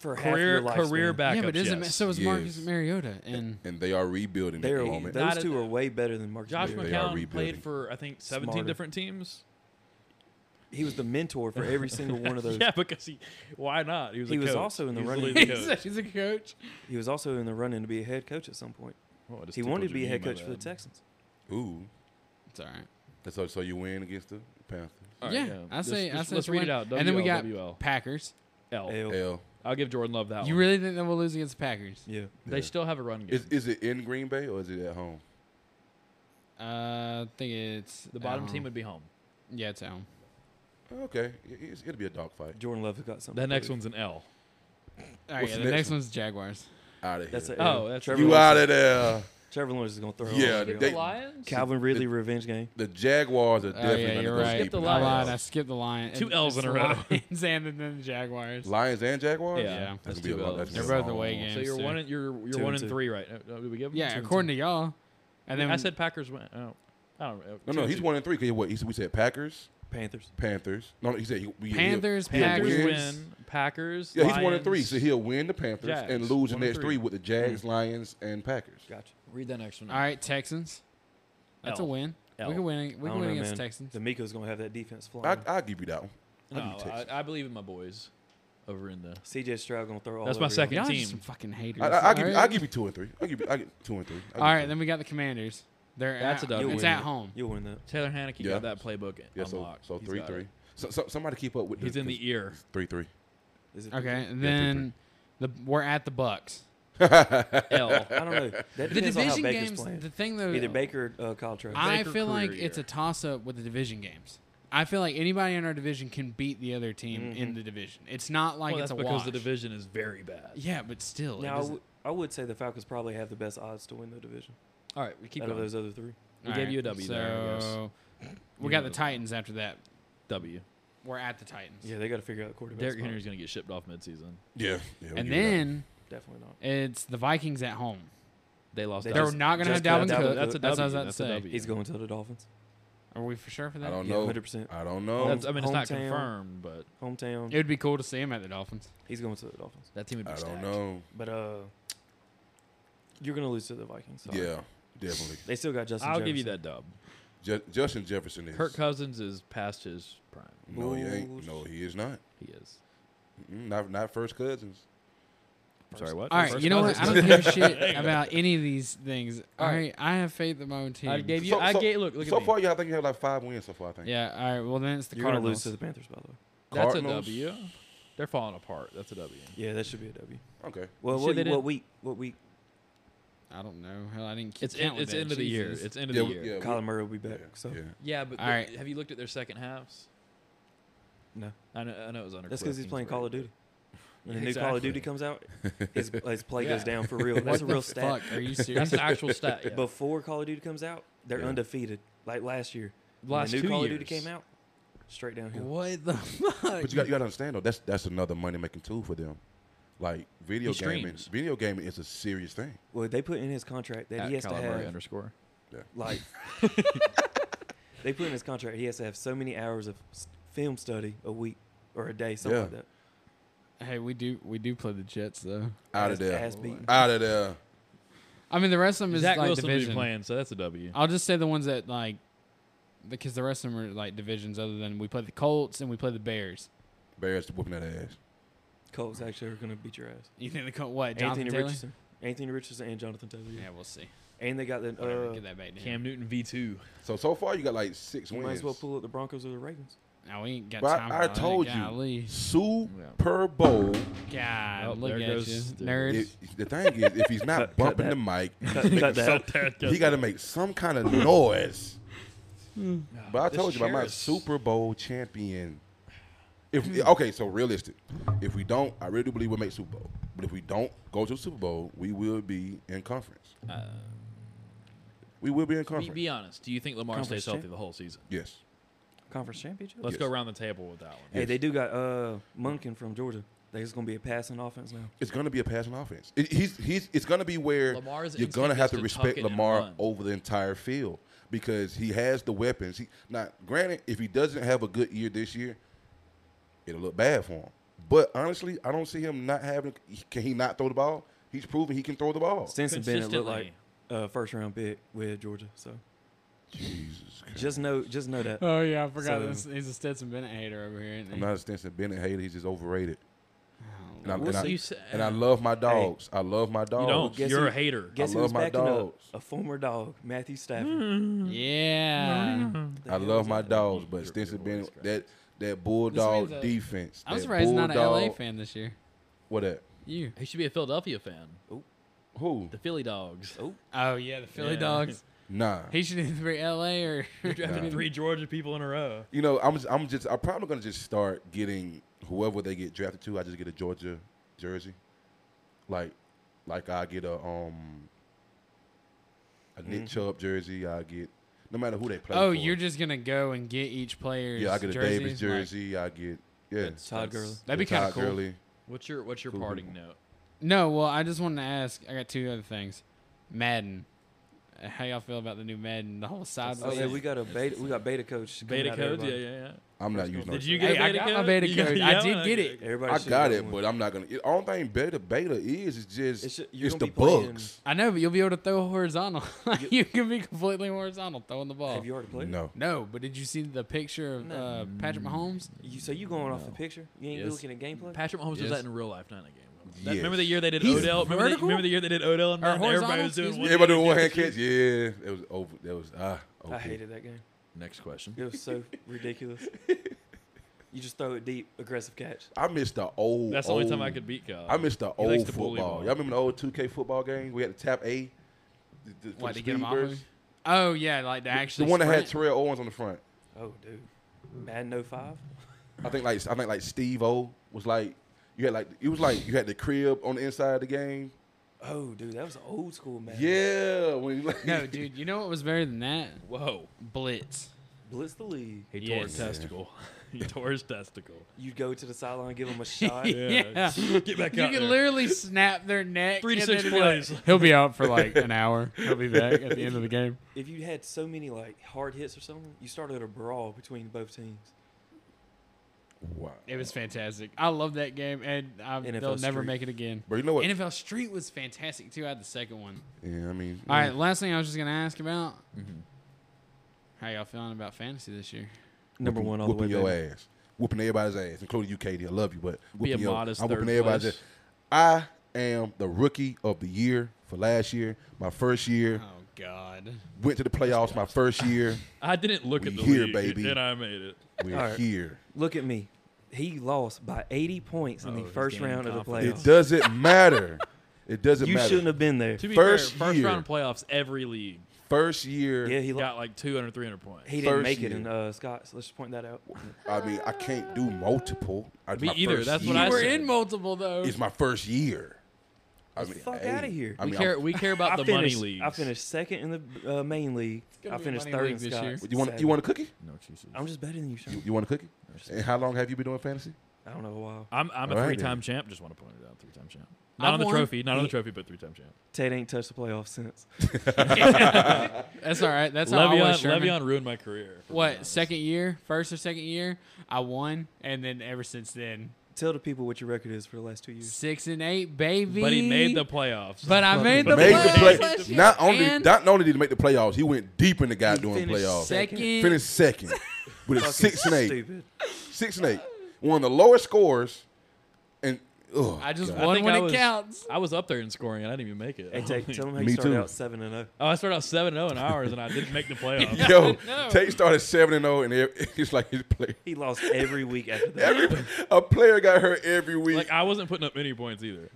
Speaker 4: for half
Speaker 5: Career
Speaker 4: your lifespan.
Speaker 5: career backup.
Speaker 1: yeah, but isn't
Speaker 5: yes.
Speaker 1: so is Marcus
Speaker 3: Yes.
Speaker 1: Mariota and
Speaker 3: and they are rebuilding at
Speaker 4: They're,
Speaker 3: the moment.
Speaker 5: that-
Speaker 4: those
Speaker 5: Not a-
Speaker 4: two are way better than Marcus.
Speaker 5: Josh
Speaker 3: They are
Speaker 4: Mariota.
Speaker 5: McCown
Speaker 3: rebuilding.
Speaker 5: played for I think 17
Speaker 4: Smarter.
Speaker 5: different teams.
Speaker 4: He was the mentor for every single one of those.
Speaker 5: yeah, because he. Why not? He was.
Speaker 4: He
Speaker 5: a
Speaker 4: was
Speaker 5: coach.
Speaker 4: also in the
Speaker 5: He was
Speaker 4: running.
Speaker 5: literally the
Speaker 1: he's a,
Speaker 5: coach.
Speaker 1: he's a coach.
Speaker 4: He was also in the running to be a head coach at some point.
Speaker 5: Well, I just
Speaker 4: He wanted
Speaker 5: tickled
Speaker 4: to be a
Speaker 5: your
Speaker 4: head
Speaker 5: knee, my
Speaker 4: coach for the
Speaker 5: bad.
Speaker 4: Texans.
Speaker 3: Ooh.
Speaker 1: It's all right.
Speaker 3: So so you win against the Panthers.
Speaker 5: All right,
Speaker 1: yeah, I
Speaker 5: Let's-
Speaker 1: say I
Speaker 5: let's-
Speaker 1: say
Speaker 5: Let's
Speaker 1: to
Speaker 5: read
Speaker 1: win.
Speaker 5: it out.
Speaker 1: and then we got
Speaker 5: WLWL.
Speaker 1: Packers.
Speaker 5: Oh, L.
Speaker 4: L.
Speaker 3: L.
Speaker 5: I'll give Jordan Love that
Speaker 1: You
Speaker 5: one.
Speaker 1: really think that we'll lose against the Packers?
Speaker 4: Yeah.
Speaker 5: They
Speaker 3: Yeah.
Speaker 5: still have a run game.
Speaker 3: Is is it in Green Bay or is it at home?
Speaker 1: Uh, I think it's
Speaker 5: the bottom
Speaker 1: at
Speaker 5: team
Speaker 1: home.
Speaker 5: would be home.
Speaker 1: Yeah, it's at home.
Speaker 3: Okay, It- it's, it'll be a dogfight.
Speaker 4: Jordan Love has got something.
Speaker 5: That
Speaker 4: to
Speaker 5: next
Speaker 4: prove.
Speaker 5: one's an L.
Speaker 1: All right,
Speaker 3: What's
Speaker 1: yeah,
Speaker 3: the
Speaker 1: the next,
Speaker 3: next
Speaker 1: one's Jaguars.
Speaker 3: Out of here.
Speaker 4: That's a
Speaker 5: Oh,
Speaker 4: L.
Speaker 5: that's-
Speaker 4: Trevor
Speaker 3: you
Speaker 4: Lawrence-
Speaker 3: out of there.
Speaker 4: Trevor Lawrence is gonna throw.
Speaker 3: Yeah,
Speaker 4: off.
Speaker 3: the
Speaker 5: Skip
Speaker 3: they-
Speaker 5: the Lions.
Speaker 4: Calvin Ridley revenge game.
Speaker 3: The Jaguars are
Speaker 1: Oh
Speaker 3: definitely
Speaker 1: yeah,
Speaker 3: gonna
Speaker 1: you're
Speaker 3: go
Speaker 1: right.
Speaker 5: Skip
Speaker 3: deep
Speaker 5: the
Speaker 3: in
Speaker 1: I lied,
Speaker 5: Lions.
Speaker 1: I skipped the Lion.
Speaker 5: Two
Speaker 1: It-
Speaker 5: L's
Speaker 1: it's
Speaker 5: in a
Speaker 1: the
Speaker 5: row.
Speaker 1: Lions and then the Jaguars.
Speaker 3: Lions and Jaguars.
Speaker 5: Yeah,
Speaker 1: Yeah.
Speaker 5: that's
Speaker 3: That's
Speaker 5: two
Speaker 3: gonna be a lot.
Speaker 5: L's.
Speaker 3: That's
Speaker 1: They're
Speaker 3: gonna be a
Speaker 1: both
Speaker 3: long
Speaker 1: away
Speaker 3: one.
Speaker 1: games.
Speaker 5: So you're
Speaker 1: too.
Speaker 5: one. And, you're you're
Speaker 4: Two
Speaker 5: one
Speaker 4: and
Speaker 5: and
Speaker 4: two.
Speaker 5: three, right? Uh, uh, Did we give them?
Speaker 1: Yeah,
Speaker 5: Two and
Speaker 1: according to y'all. And
Speaker 5: two.
Speaker 1: then
Speaker 5: I said Packers went. Oh, I don't know. Two
Speaker 3: No, no,
Speaker 5: and
Speaker 3: he's
Speaker 5: two.
Speaker 3: one and three. Cause what he said, we said Packers,
Speaker 4: Panthers.
Speaker 3: Panthers. No, no, he said he, we- he'll-
Speaker 1: Panthers,
Speaker 3: he'll win.
Speaker 5: Panthers
Speaker 1: Packers.
Speaker 5: win. Packers.
Speaker 3: Yeah, he's one and
Speaker 5: Lions.
Speaker 3: three. So he'll win the Panthers and
Speaker 5: Jags,
Speaker 3: lose the
Speaker 5: one and
Speaker 3: next
Speaker 5: three. Mm.
Speaker 3: three with the Jags, Lions, and Packers.
Speaker 4: Gotcha.
Speaker 5: Read that next one.
Speaker 1: all right, Texans. That's a
Speaker 5: L.
Speaker 1: win.
Speaker 5: L.
Speaker 1: We can win. We
Speaker 4: I
Speaker 1: can
Speaker 4: don't
Speaker 1: win
Speaker 4: know,
Speaker 1: against
Speaker 4: man.
Speaker 1: the Texans.
Speaker 4: D'Amico's gonna have that defense
Speaker 3: I,
Speaker 4: flying.
Speaker 3: I'll give you that one. I'll give
Speaker 5: No,
Speaker 3: you
Speaker 5: I,
Speaker 3: Texas.
Speaker 5: I believe in my boys over in the.
Speaker 4: CJ Stroud gonna throw all.
Speaker 5: That's my
Speaker 4: over y'all.
Speaker 5: second.
Speaker 1: Y'all
Speaker 5: team.
Speaker 1: just some fucking haters.
Speaker 3: I, I, will give you.
Speaker 1: All
Speaker 3: I'll
Speaker 1: right.
Speaker 3: give you two and three. I'll give you. I get two and three. I'll give
Speaker 1: All
Speaker 3: you
Speaker 1: right,
Speaker 3: two.
Speaker 1: then we got the Commanders. They're
Speaker 5: That's
Speaker 1: at,
Speaker 5: a W.
Speaker 1: It's
Speaker 4: win
Speaker 1: at
Speaker 4: it.
Speaker 1: home.
Speaker 4: You'll win that.
Speaker 5: Taylor Haneke
Speaker 3: Yeah.
Speaker 5: got that playbook
Speaker 3: Yeah, so,
Speaker 5: unlocked.
Speaker 3: so
Speaker 5: He's
Speaker 3: three
Speaker 5: got
Speaker 3: three.
Speaker 5: it.
Speaker 3: So, so somebody keep up with.
Speaker 5: He's in the ear.
Speaker 3: three three.
Speaker 4: Is it?
Speaker 1: Okay, and
Speaker 3: Yeah, three,
Speaker 1: then the we're at the Bucks.
Speaker 5: L.
Speaker 4: I don't know. That
Speaker 1: The
Speaker 4: depends on how
Speaker 1: division
Speaker 4: Baker's
Speaker 1: games.
Speaker 4: playing.
Speaker 1: The thing though,
Speaker 4: Either Baker or uh, Kyle Trask.
Speaker 1: I
Speaker 5: Baker
Speaker 1: feel like
Speaker 5: career
Speaker 1: it's a
Speaker 5: year.
Speaker 1: toss up with the division games. I feel like anybody in our division can beat the other team
Speaker 4: Mm-hmm.
Speaker 1: in the division. It's not like
Speaker 5: Well,
Speaker 1: it's
Speaker 5: that's
Speaker 1: a
Speaker 5: because
Speaker 1: wash.
Speaker 5: the division is very bad.
Speaker 1: Yeah, but still. it
Speaker 4: now I,
Speaker 1: doesn't-
Speaker 4: w- I would say the Falcons probably have the best odds to win the division
Speaker 5: All right, we keep
Speaker 4: out of
Speaker 5: going.
Speaker 4: those other three.
Speaker 5: We
Speaker 1: All
Speaker 5: gave
Speaker 1: right,
Speaker 5: you a W
Speaker 1: so
Speaker 5: there, I guess.
Speaker 1: We got the Titans after that.
Speaker 5: W.
Speaker 1: We're at the Titans.
Speaker 4: Yeah, they got to figure out quarterback.
Speaker 5: Derrick
Speaker 4: spot.
Speaker 5: Henry's going to get shipped off midseason.
Speaker 3: Yeah. yeah we'll
Speaker 1: and
Speaker 3: give you that.
Speaker 1: then
Speaker 4: definitely not.
Speaker 1: it's the Vikings at home.
Speaker 5: They lost.
Speaker 4: They
Speaker 5: that.
Speaker 1: They're
Speaker 4: just-
Speaker 1: not going to have
Speaker 4: just
Speaker 1: Dalvin
Speaker 4: got Dalvin
Speaker 1: Cook.
Speaker 4: Cook.
Speaker 5: That's a W.
Speaker 1: That's what I was about to
Speaker 5: That's a
Speaker 1: say.
Speaker 5: W.
Speaker 4: He's going to the Dolphins.
Speaker 1: Are we for sure for
Speaker 3: I
Speaker 1: that?
Speaker 3: don't
Speaker 4: Yeah,
Speaker 3: know.
Speaker 4: 100%.
Speaker 3: I don't know.
Speaker 5: That's, I mean, it's not
Speaker 4: Hometown.
Speaker 5: confirmed, but
Speaker 4: Hometown.
Speaker 1: It would be cool to see him at the Dolphins.
Speaker 4: He's going to the Dolphins.
Speaker 5: that team would be
Speaker 3: I don't
Speaker 5: stacked.
Speaker 3: know.
Speaker 4: But uh, you're going to lose to the Vikings. Sorry.
Speaker 3: Yeah, definitely.
Speaker 4: They still got Justin.
Speaker 5: I'll give you
Speaker 4: Jefferson.
Speaker 5: that dub.
Speaker 3: Ju- Justin Jefferson is.
Speaker 5: Kirk Cousins is past his prime.
Speaker 3: no, he ain't. No, he is not.
Speaker 5: He is.
Speaker 3: Mm-mm, not not first cousins.
Speaker 5: I'm sorry, what?
Speaker 1: All right,
Speaker 5: First
Speaker 1: you know what? I
Speaker 5: Cousins.
Speaker 1: don't give a shit about any of these things. All
Speaker 5: All
Speaker 1: right, I have faith in my own team.
Speaker 5: I gave you.
Speaker 3: So-
Speaker 5: I
Speaker 3: so-
Speaker 5: gave. Look, look
Speaker 3: so
Speaker 5: at me.
Speaker 3: far, y'all think you have like five wins so far. I think.
Speaker 1: yeah, all right. Well, then it's the
Speaker 4: You're going to
Speaker 1: Cardinals.
Speaker 4: lose to the Panthers, by the way.
Speaker 5: That's a
Speaker 3: Cardinals?
Speaker 5: W. They're falling apart. That's a W.
Speaker 4: Yeah, that should be a W.
Speaker 3: Okay.
Speaker 4: Well,
Speaker 5: You sure
Speaker 4: what,
Speaker 5: they
Speaker 4: what
Speaker 5: didn't-
Speaker 4: week? What week?
Speaker 1: I don't know. Hell, I didn't. keep
Speaker 5: It's
Speaker 1: count
Speaker 5: in,
Speaker 1: with
Speaker 5: it's
Speaker 1: that.
Speaker 5: end of the year.
Speaker 1: Jesus.
Speaker 5: It's end of
Speaker 3: Yeah,
Speaker 5: the
Speaker 3: we-
Speaker 5: year.
Speaker 3: yeah, we-
Speaker 4: Kyler Murray will be back.
Speaker 3: yeah,
Speaker 4: so
Speaker 3: yeah.
Speaker 5: Yeah, but
Speaker 1: All
Speaker 5: the-
Speaker 1: right.
Speaker 5: have you looked at their second halves?
Speaker 4: no,
Speaker 5: I know, I know it was under.
Speaker 4: that's because
Speaker 5: Cliff
Speaker 4: he's
Speaker 5: Kingsbury,
Speaker 4: playing Call of
Speaker 5: but-
Speaker 4: Duty. When the new Call of Duty comes out, his, his play
Speaker 5: Yeah.
Speaker 4: goes down for real. That's a
Speaker 1: What
Speaker 4: real
Speaker 1: the
Speaker 4: stat.
Speaker 1: Fuck, are you
Speaker 5: That's
Speaker 1: serious?
Speaker 5: an actual stat. Yeah.
Speaker 4: Before Call of Duty comes out, they're
Speaker 3: Yeah.
Speaker 4: undefeated. Like last year, when
Speaker 5: Last
Speaker 4: the new
Speaker 5: two
Speaker 4: Call
Speaker 5: years.
Speaker 4: of Duty came out, straight downhill.
Speaker 1: what the fuck?
Speaker 3: But you got you got to understand though. That's that's another money making tool for them. Like video
Speaker 5: He
Speaker 3: gaming.
Speaker 5: streams.
Speaker 3: Video gaming is a serious thing.
Speaker 4: Well, they put in his contract that
Speaker 5: At
Speaker 4: he has to
Speaker 5: Kyler
Speaker 4: have
Speaker 5: Murray underscore.
Speaker 4: like they put in his contract he has to have so many hours of s- film study a week or a day, something
Speaker 3: Yeah.
Speaker 4: like that.
Speaker 1: hey, we do we do play the Jets though.
Speaker 3: Out
Speaker 4: Ass-
Speaker 3: of there.
Speaker 4: ass beating.
Speaker 3: Out of there.
Speaker 1: I mean, the rest of them is
Speaker 5: Zach
Speaker 1: like
Speaker 5: Wilson will be
Speaker 1: division.
Speaker 5: playing, so that's a W.
Speaker 1: I'll just say the ones that like because the rest of them are like divisions other than we play the Colts and we play the Bears.
Speaker 3: Bears whooping that ass.
Speaker 4: Colts actually are going to beat your ass.
Speaker 1: You think the Colts what? Jonathan
Speaker 4: Anthony
Speaker 1: Taylor?
Speaker 4: Richardson, Anthony Richardson, and Jonathan Taylor. yeah.
Speaker 1: Yeah, we'll see.
Speaker 4: And they got the
Speaker 1: Whatever,
Speaker 4: uh,
Speaker 1: get that back to him.
Speaker 5: Cam Newton V two.
Speaker 3: So so far you got like six
Speaker 4: you
Speaker 3: wins.
Speaker 4: might as well pull up the Broncos or the Ravens.
Speaker 1: Now we ain't got
Speaker 3: Well,
Speaker 1: time. for
Speaker 3: I, I
Speaker 1: all that.
Speaker 3: told you,
Speaker 1: Golly.
Speaker 3: Super Bowl.
Speaker 1: God,
Speaker 5: Oh,
Speaker 1: look
Speaker 5: there
Speaker 1: at
Speaker 5: goes-
Speaker 1: you,
Speaker 5: there
Speaker 1: nerd.
Speaker 3: It, the thing is, if he's not bumping the mic,
Speaker 4: Cut, cut that. out.
Speaker 3: he got to make some kind of noise. But I
Speaker 2: This
Speaker 3: told you about
Speaker 2: chair
Speaker 3: my
Speaker 2: is-
Speaker 3: Super Bowl champion. If okay, so realistic. If we don't, I really do believe we'll make Super Bowl. But if we don't go to the Super Bowl, we will be in conference. we will be
Speaker 5: Uh,
Speaker 3: in
Speaker 5: Be,
Speaker 3: conference.
Speaker 5: be honest. Do you think Lamar
Speaker 4: Conference
Speaker 5: stays healthy
Speaker 4: champ?
Speaker 5: the whole season?
Speaker 3: yes.
Speaker 4: Conference championship.
Speaker 5: Let's go
Speaker 3: Yes.
Speaker 5: around the table with that one.
Speaker 4: Hey, they do got uh Munkin from Georgia. They just gonna be a passing offense now.
Speaker 3: It's gonna be a passing offense. It, he's he's. It's gonna be where
Speaker 5: Lamar's
Speaker 3: you're gonna
Speaker 5: instinct
Speaker 3: have
Speaker 5: is to
Speaker 3: to,
Speaker 5: tuck
Speaker 3: respect
Speaker 5: it and
Speaker 3: Lamar
Speaker 5: run.
Speaker 3: over the entire field because he has the weapons. He now, granted, if he doesn't have a good year this year, it'll look bad for him. But honestly, I don't see him not having. Can he not throw the ball? He's proven he can throw the ball.
Speaker 4: Stinson Bennett looked
Speaker 5: Consistently.
Speaker 4: like a first round pick with Georgia. So
Speaker 3: Jesus Christ.
Speaker 4: just know, just know that.
Speaker 1: Oh yeah, I forgot.
Speaker 4: So-
Speaker 1: this, he's a Stetson Bennett hater over here. Isn't he?
Speaker 3: I'm not a Stinson Bennett hater. He's just overrated. And I,
Speaker 5: We'll
Speaker 3: and I,
Speaker 5: see. You s-
Speaker 3: and I love my dogs. I love my
Speaker 5: You
Speaker 3: dogs.
Speaker 5: don't.
Speaker 4: guess
Speaker 5: You're
Speaker 4: who-
Speaker 5: a hater.
Speaker 4: Guess
Speaker 3: love
Speaker 4: who's
Speaker 3: my
Speaker 4: backing up?
Speaker 3: dogs.
Speaker 4: A former dog, Matthew Stafford.
Speaker 1: Yeah.
Speaker 4: The
Speaker 3: I
Speaker 4: hell
Speaker 3: love
Speaker 4: is
Speaker 3: my
Speaker 4: that?
Speaker 3: dogs,
Speaker 2: Your-
Speaker 3: but Stinson
Speaker 2: your
Speaker 3: Bennett,
Speaker 2: voice cracks.
Speaker 3: that that bulldog
Speaker 1: means, uh,
Speaker 3: defense.
Speaker 1: I'm
Speaker 3: that
Speaker 1: surprised
Speaker 3: bulldog,
Speaker 1: not an LA fan this year.
Speaker 3: What that?
Speaker 1: You.
Speaker 5: He should be a Philadelphia fan.
Speaker 3: Who?
Speaker 5: The Philly Dogs.
Speaker 4: Oh,
Speaker 1: Oh yeah, the Philly
Speaker 5: Yeah.
Speaker 1: Dogs.
Speaker 3: Nah.
Speaker 1: He should either be LA or
Speaker 3: Nah.
Speaker 5: Three Georgia people in a row.
Speaker 3: You know, I'm just, I'm just I'm probably gonna just start getting whoever they get drafted to. I just get a Georgia jersey, like like I get a um a
Speaker 5: Mm-hmm.
Speaker 3: Nick Chubb jersey. I get no matter who they play.
Speaker 1: Oh,
Speaker 3: for.
Speaker 1: you're just gonna go and get each player's
Speaker 3: yeah. I get a
Speaker 1: jerseys?
Speaker 3: Davis
Speaker 1: Like,
Speaker 3: jersey. I get yeah.
Speaker 4: Todd Gurley.
Speaker 1: that'd be
Speaker 3: yeah,
Speaker 1: kinda
Speaker 3: Todd
Speaker 1: cool.
Speaker 3: Gurley.
Speaker 5: What's your What's your
Speaker 3: Cool.
Speaker 5: parting note?
Speaker 1: no, well, I just wanted to ask. I got two other things. Madden. Uh, How y'all feel about the new Madden? The whole side.
Speaker 4: Oh
Speaker 1: blade?
Speaker 4: yeah, we got a beta. We got beta coach. coming
Speaker 5: Beta
Speaker 4: out,
Speaker 5: codes. Yeah,
Speaker 4: everybody.
Speaker 5: yeah, yeah.
Speaker 3: I'm not using. No
Speaker 5: Did you
Speaker 1: Hey,
Speaker 5: get a
Speaker 1: I
Speaker 5: beta
Speaker 1: got
Speaker 5: code?
Speaker 1: my beta
Speaker 5: You got-
Speaker 1: code.
Speaker 5: yeah,
Speaker 1: I
Speaker 5: I'm
Speaker 1: did
Speaker 5: not
Speaker 1: get
Speaker 5: gonna-
Speaker 1: it.
Speaker 4: Everybody.
Speaker 3: I
Speaker 4: should
Speaker 3: got
Speaker 4: get
Speaker 3: it,
Speaker 4: one.
Speaker 3: but I'm not gonna. It, I don't think beta beta is. It's just
Speaker 4: It's
Speaker 3: it's,
Speaker 4: ju- you're gonna
Speaker 3: the
Speaker 4: be playing-
Speaker 3: bugs.
Speaker 1: I know, but you'll be able to throw horizontal. you can be completely horizontal throwing the ball.
Speaker 4: Have you already played?
Speaker 3: No,
Speaker 1: No, but did you see the picture of
Speaker 4: No.
Speaker 1: uh, Patrick
Speaker 3: Mm,
Speaker 1: Mahomes?
Speaker 4: You so you going off the picture? You ain't
Speaker 5: Yes.
Speaker 4: looking at gameplay.
Speaker 5: Patrick Mahomes
Speaker 2: Yes.
Speaker 5: does that in real life, not in a game. That-
Speaker 3: Yes.
Speaker 5: Remember the year they did
Speaker 1: He's
Speaker 5: Odell? Remember the,
Speaker 1: vertical?
Speaker 5: remember the year they did Odell and
Speaker 1: Or
Speaker 5: Madden? everybody
Speaker 1: horizontal,
Speaker 5: was doing
Speaker 1: excuse
Speaker 5: one.
Speaker 1: me?
Speaker 3: everybody
Speaker 5: hand
Speaker 3: doing one hand
Speaker 5: different
Speaker 3: catch. Yeah, it was over. That was ah. Okay.
Speaker 4: I hated that game.
Speaker 2: Next question.
Speaker 4: It was so ridiculous. You just throw it deep, aggressive catch.
Speaker 3: I missed the old.
Speaker 5: That's the only time I
Speaker 3: old-
Speaker 5: could beat Kyle.
Speaker 3: I miss the
Speaker 5: He likes to
Speaker 3: old football.
Speaker 5: bully
Speaker 3: Y'all
Speaker 5: ball.
Speaker 3: remember the old 2K football game? We had to tap A. The, the, for
Speaker 1: What
Speaker 3: the
Speaker 1: to get him
Speaker 3: speed
Speaker 1: off? Of
Speaker 3: burst?
Speaker 1: him? Oh yeah, like to
Speaker 3: The-
Speaker 1: actually.
Speaker 3: the one that had
Speaker 1: sprint.
Speaker 3: Terrell Owens on the front.
Speaker 4: Oh, dude. Madden 05?
Speaker 3: I think like I think like Steve O was like you had like it was like you had the crib on the inside of the game.
Speaker 4: Oh, dude, that was old school Madden.
Speaker 3: Yeah, when you like,
Speaker 1: No, dude, you know what was better than that?
Speaker 5: Whoa.
Speaker 1: Blitz.
Speaker 4: Blitz the league.
Speaker 5: He tore his
Speaker 1: Yes.
Speaker 5: testicle. he tore his testicle.
Speaker 4: You go to the sideline, give him a shot.
Speaker 1: Yeah.
Speaker 5: Get back
Speaker 1: You can
Speaker 5: out there.
Speaker 1: literally snap their neck.
Speaker 5: Three to
Speaker 1: and
Speaker 5: six
Speaker 1: then be like-
Speaker 5: plays.
Speaker 1: He'll be out for like an hour. He'll be back at the end of the game.
Speaker 4: If you had so many like hard hits or something, you started a brawl between both teams.
Speaker 3: wow.
Speaker 1: It was fantastic. I love that game, and um,
Speaker 4: NFL
Speaker 1: they'll never
Speaker 4: Street.
Speaker 1: make it again.
Speaker 3: But you know what?
Speaker 1: NFL Street was fantastic too. I had the second one.
Speaker 3: yeah, I mean,
Speaker 1: All right, last thing I was just gonna ask about.
Speaker 3: Mm-hmm.
Speaker 1: How y'all feeling about fantasy this year?
Speaker 4: Number
Speaker 3: whooping,
Speaker 4: one all the way.
Speaker 3: whooping your
Speaker 4: baby.
Speaker 3: ass, whooping everybody's ass, including you, Katie. I love you, but
Speaker 5: Be a
Speaker 3: whooping your,
Speaker 5: modest
Speaker 3: I'm whooping
Speaker 5: third
Speaker 3: everybody's
Speaker 5: place.
Speaker 3: ass. I am the rookie of the year for last year. My first year
Speaker 1: Oh God.
Speaker 3: went to the playoffs. My first year,
Speaker 5: I didn't look
Speaker 3: We
Speaker 5: at the
Speaker 3: here,
Speaker 5: league,
Speaker 3: baby.
Speaker 5: and I made it.
Speaker 3: we're
Speaker 4: All right.
Speaker 3: here.
Speaker 4: Look at me. He lost by 80 points in
Speaker 5: Oh,
Speaker 4: the
Speaker 5: he's
Speaker 4: first
Speaker 5: gaining
Speaker 4: round of the
Speaker 5: confidence.
Speaker 4: playoffs.
Speaker 3: It doesn't matter. It doesn't
Speaker 4: You
Speaker 3: matter.
Speaker 4: shouldn't have been there.
Speaker 5: To be
Speaker 3: First
Speaker 5: fair, first
Speaker 3: year.
Speaker 5: round playoffs, every league
Speaker 3: First year,
Speaker 4: Yeah, he lo-
Speaker 5: got like 200, 300 points.
Speaker 4: he didn't
Speaker 3: first
Speaker 4: make it in
Speaker 3: year.
Speaker 4: uh, Scott's. Let's just point that out.
Speaker 3: I mean, I can't do multiple. I,
Speaker 5: Me
Speaker 3: my
Speaker 5: either,
Speaker 3: first
Speaker 5: that's
Speaker 3: year
Speaker 5: what I
Speaker 1: You were
Speaker 5: said.
Speaker 1: in multiple though.
Speaker 3: It's my first year. I
Speaker 4: Get the fuck outta here.
Speaker 3: I
Speaker 5: we
Speaker 3: mean, I'm-
Speaker 5: care. We care about the
Speaker 4: finished,
Speaker 5: money leagues.
Speaker 4: I finished second in the uh, main league.
Speaker 1: gonna
Speaker 4: I
Speaker 1: be a
Speaker 4: finished
Speaker 1: money
Speaker 4: third
Speaker 1: league
Speaker 4: in
Speaker 1: this
Speaker 4: Scott's.
Speaker 1: year.
Speaker 3: you want you want a cookie?
Speaker 2: No excuses.
Speaker 4: I'm just better than you, Sean.
Speaker 3: You, you want a cookie? And how long have you been doing fantasy?
Speaker 4: I don't know why.
Speaker 5: I'm, I'm
Speaker 3: Alrighty.
Speaker 5: a three-time champ. Just want to point it out. Three-time champ. Not
Speaker 1: I've
Speaker 5: on the
Speaker 1: won-
Speaker 5: trophy. Not on the
Speaker 1: he-
Speaker 5: trophy, but three-time champ.
Speaker 4: Ted ain't touched the playoffs since.
Speaker 1: That's all right. That's how I
Speaker 5: Le'Veon,
Speaker 1: was. Sherman.
Speaker 5: Le'Veon ruined my career. if we're being
Speaker 1: What
Speaker 5: honest.
Speaker 1: second year, first or second year, I won, and then ever since then,
Speaker 4: Tell the people what your record is for the last two years.
Speaker 1: six and eight, baby.
Speaker 5: But he made the playoffs.
Speaker 1: But I made the
Speaker 3: Made the
Speaker 1: playoffs.
Speaker 3: play.
Speaker 1: last year,
Speaker 3: Not only
Speaker 1: and
Speaker 3: not only did he make the playoffs, he went deep in the
Speaker 4: He
Speaker 3: goddamn
Speaker 4: finished
Speaker 3: playoffs.
Speaker 1: second.
Speaker 3: Finished second with a
Speaker 4: Fucking
Speaker 3: six and eight.
Speaker 4: Stupid.
Speaker 3: Six and eight. One of the lowest scores, and Ugh,
Speaker 1: I just
Speaker 3: God.
Speaker 5: I
Speaker 1: won
Speaker 5: think
Speaker 1: when
Speaker 5: I
Speaker 1: it
Speaker 5: was-
Speaker 1: counts.
Speaker 5: I was up there in scoring and I didn't even make it.
Speaker 4: Hey, Tate, tell them how
Speaker 3: Me
Speaker 4: you started
Speaker 3: too.
Speaker 4: out 7 and 0.
Speaker 5: oh, I started out 7 0 in hours and I didn't make the playoffs.
Speaker 3: Yo,
Speaker 1: No.
Speaker 3: Tate started seven and zero, and ev- it's like his player.
Speaker 4: He lost every week after that.
Speaker 3: Every a player got hurt every week.
Speaker 5: Like, I wasn't putting up any points either.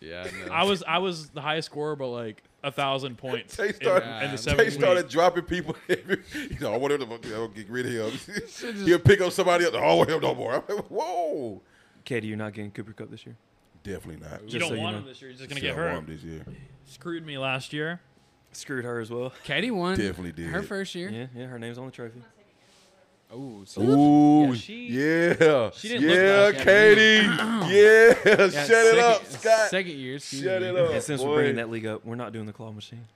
Speaker 2: Yeah, I know.
Speaker 5: I was I was the highest scorer, but like a thousand points.
Speaker 3: Tay
Speaker 5: in-
Speaker 3: started-
Speaker 5: in,
Speaker 1: Tay
Speaker 5: the seventh
Speaker 3: Tate
Speaker 5: week.
Speaker 3: started dropping people. Every, you know, I want him to I'll get rid of him. He'll pick up somebody else. I don't want him no more. I'm like, whoa,
Speaker 4: Katie, you're not getting Cooper Cup this year.
Speaker 3: definitely not.
Speaker 5: you
Speaker 4: just
Speaker 5: don't
Speaker 4: so you
Speaker 5: want
Speaker 4: know.
Speaker 5: him this year. He's just gonna
Speaker 3: Should've
Speaker 5: get hurt.
Speaker 3: won this year.
Speaker 5: Screwed me last year.
Speaker 4: Screwed her as well.
Speaker 1: Katie won.
Speaker 3: Definitely did.
Speaker 1: Her first year.
Speaker 4: Yeah, yeah, her name's on the trophy.
Speaker 1: Oh, so
Speaker 3: Ooh, yeah,
Speaker 5: Yeah, she- she
Speaker 3: yeah,
Speaker 5: didn't look like that.
Speaker 3: Katie, yeah,
Speaker 1: yeah,
Speaker 3: shut it
Speaker 1: second-
Speaker 3: up, Scott,
Speaker 1: Second year. excuse
Speaker 3: Shut
Speaker 1: me.
Speaker 3: it up.
Speaker 4: And since
Speaker 3: boy.
Speaker 4: we're bringing that league up, we're not doing the claw machine.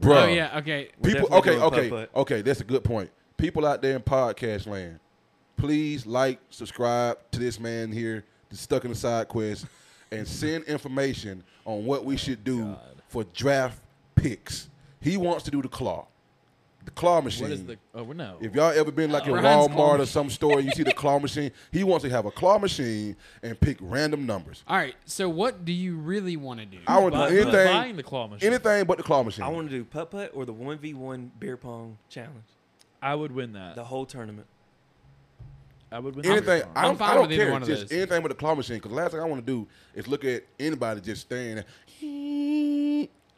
Speaker 3: bro.
Speaker 1: Oh yeah. Okay.
Speaker 4: We're
Speaker 3: people
Speaker 4: definitely
Speaker 3: okay
Speaker 4: doing
Speaker 3: okay
Speaker 4: putt-putt.
Speaker 3: okay that's a good point people out there in podcast land please like subscribe to this man here that's stuck in the side quest and send information on what we should do for draft picks he wants to do the claw the claw machine
Speaker 5: What is the? Oh, we're no.
Speaker 3: if y'all ever been like in
Speaker 1: Brian's claw
Speaker 3: Walmart or some store, you see the claw machine. He wants to have a claw machine and pick random numbers.
Speaker 1: All right. So what do you really want to do?
Speaker 3: I would do
Speaker 5: Buy-
Speaker 3: anything,
Speaker 5: buying the claw machine.
Speaker 3: anything but the claw machine.
Speaker 4: I want to do putt putt or the 1v1 beer pong challenge.
Speaker 5: I would win that.
Speaker 4: The whole tournament.
Speaker 5: I would win that.
Speaker 3: Anything.
Speaker 5: Marathon.
Speaker 3: I
Speaker 1: I'm
Speaker 3: don't,
Speaker 1: fine
Speaker 3: I don't
Speaker 1: with either
Speaker 3: care.
Speaker 1: one of
Speaker 3: Just
Speaker 1: those.
Speaker 3: anything with a claw machine. Because last thing I want to do is look at anybody just staring. At,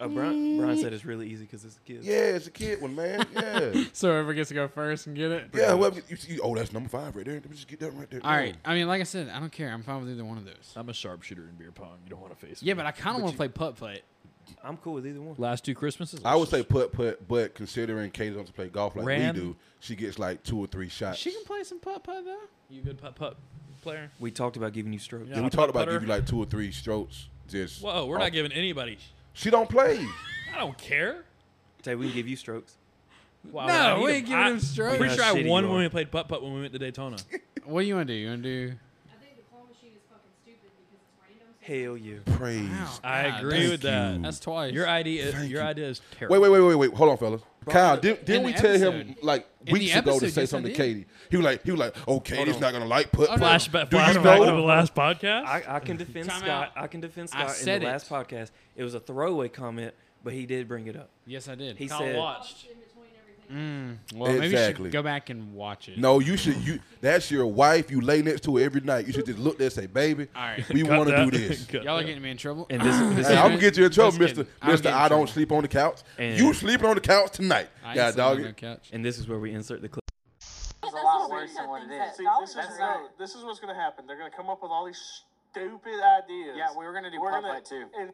Speaker 4: Oh, Brian, Brian said it's really easy because it's a kid.
Speaker 3: yeah, it's a kid one, man. Yeah.
Speaker 1: So whoever gets to go first and get it.
Speaker 3: yeah. Whoever, you, you, oh, that's number five right there. Let me just get that right there.
Speaker 1: All right. I mean, like I said, I don't care. I'm fine with either one of those.
Speaker 5: I'm a sharpshooter in beer pong. You don't want to face.
Speaker 1: Yeah,
Speaker 5: me.
Speaker 1: but I kind of want to play putt putt.
Speaker 4: I'm cool with either one.
Speaker 5: last two Christmases.
Speaker 3: I would
Speaker 5: was
Speaker 3: say
Speaker 5: just-
Speaker 3: put put, but considering Katie doesn't play golf like
Speaker 5: Ran.
Speaker 3: we do, she gets like two or three shots.
Speaker 1: She can play some putt putt though.
Speaker 5: you good putt putt player.
Speaker 4: We talked about giving you strokes.
Speaker 5: Yeah.
Speaker 3: Then we
Speaker 5: a
Speaker 3: talked about
Speaker 5: putter.
Speaker 3: giving you like two or three strokes. Just
Speaker 5: Whoa, we're
Speaker 3: off.
Speaker 5: not giving anybody.
Speaker 3: She don't play.
Speaker 5: I don't care.
Speaker 4: Tay, we can give you strokes.
Speaker 5: Wow,
Speaker 1: No,
Speaker 5: I need
Speaker 1: we
Speaker 5: to-
Speaker 1: ain't giving
Speaker 5: I-
Speaker 1: him strokes.
Speaker 5: I'm pretty
Speaker 4: Look how
Speaker 5: sure I
Speaker 4: shitty
Speaker 5: won
Speaker 4: you
Speaker 5: when
Speaker 4: are.
Speaker 5: we played putt putt when we went to Daytona.
Speaker 1: Ah, What do you want to do? You want to do?
Speaker 7: I think the claw machine is fucking stupid because it's random. So
Speaker 4: Hell yeah.
Speaker 3: Praise.
Speaker 1: Wow,
Speaker 5: I
Speaker 1: God,
Speaker 5: agree
Speaker 1: Ah, that's-
Speaker 5: with that.
Speaker 1: That's twice.
Speaker 5: Your idea, is, your idea is
Speaker 3: Wait,
Speaker 5: terrible.
Speaker 3: wait, wait, wait, wait. Hold on, fellas. Kyle, did,
Speaker 1: in
Speaker 3: didn't we
Speaker 1: the
Speaker 3: tell him
Speaker 1: episode.
Speaker 3: like
Speaker 1: In
Speaker 3: weeks
Speaker 1: the
Speaker 3: ago to
Speaker 1: episode,
Speaker 3: say
Speaker 1: yes, I
Speaker 3: something to
Speaker 1: did.
Speaker 3: Katie? He was like, he was like, oh, Katie's not gonna like put.
Speaker 1: Oh, no.
Speaker 5: Flashback,
Speaker 3: Do you
Speaker 5: flashback to
Speaker 3: know-
Speaker 5: the last podcast.
Speaker 4: I, I can defend
Speaker 1: Time
Speaker 4: Scott.
Speaker 1: out.
Speaker 4: I can
Speaker 1: I
Speaker 4: defend Scott in the
Speaker 1: said it.
Speaker 4: last podcast. It was a throwaway comment, but he did bring it up.
Speaker 1: Yes, I did.
Speaker 4: He
Speaker 5: Kyle
Speaker 4: said,
Speaker 5: watched.
Speaker 7: In between everything.
Speaker 1: Mm, well, maybe you
Speaker 3: Exactly.
Speaker 1: should go back and watch it.
Speaker 3: No, you should. You that's your wife. You lay next to her every night. You should just look there and say, "Baby,
Speaker 1: All right.
Speaker 3: we
Speaker 5: Cut
Speaker 3: want to
Speaker 5: that.
Speaker 3: do this."
Speaker 5: Cut
Speaker 1: Y'all are
Speaker 5: that.
Speaker 1: getting me in trouble.
Speaker 4: And this- this-
Speaker 3: Hey, I'm gonna get you in trouble,
Speaker 1: Just
Speaker 3: Mister.
Speaker 1: kidding. I'll
Speaker 3: Mister,
Speaker 1: get in
Speaker 3: I don't
Speaker 1: trouble.
Speaker 3: sleep on the couch.
Speaker 4: And-
Speaker 3: you sleeping on the couch tonight.
Speaker 1: I ain't
Speaker 3: God
Speaker 1: sleeping on
Speaker 3: dog
Speaker 1: no
Speaker 3: it.
Speaker 1: couch.
Speaker 4: and this is where we insert the clip.
Speaker 8: is a lot worse than what it is.
Speaker 9: See, this is,
Speaker 8: That's
Speaker 9: no,
Speaker 8: not-
Speaker 9: this is what's gonna happen. They're gonna come up with all these stupid ideas.
Speaker 8: Yeah, we were gonna do
Speaker 9: We're
Speaker 8: putt
Speaker 9: gonna-
Speaker 8: putt too.
Speaker 9: and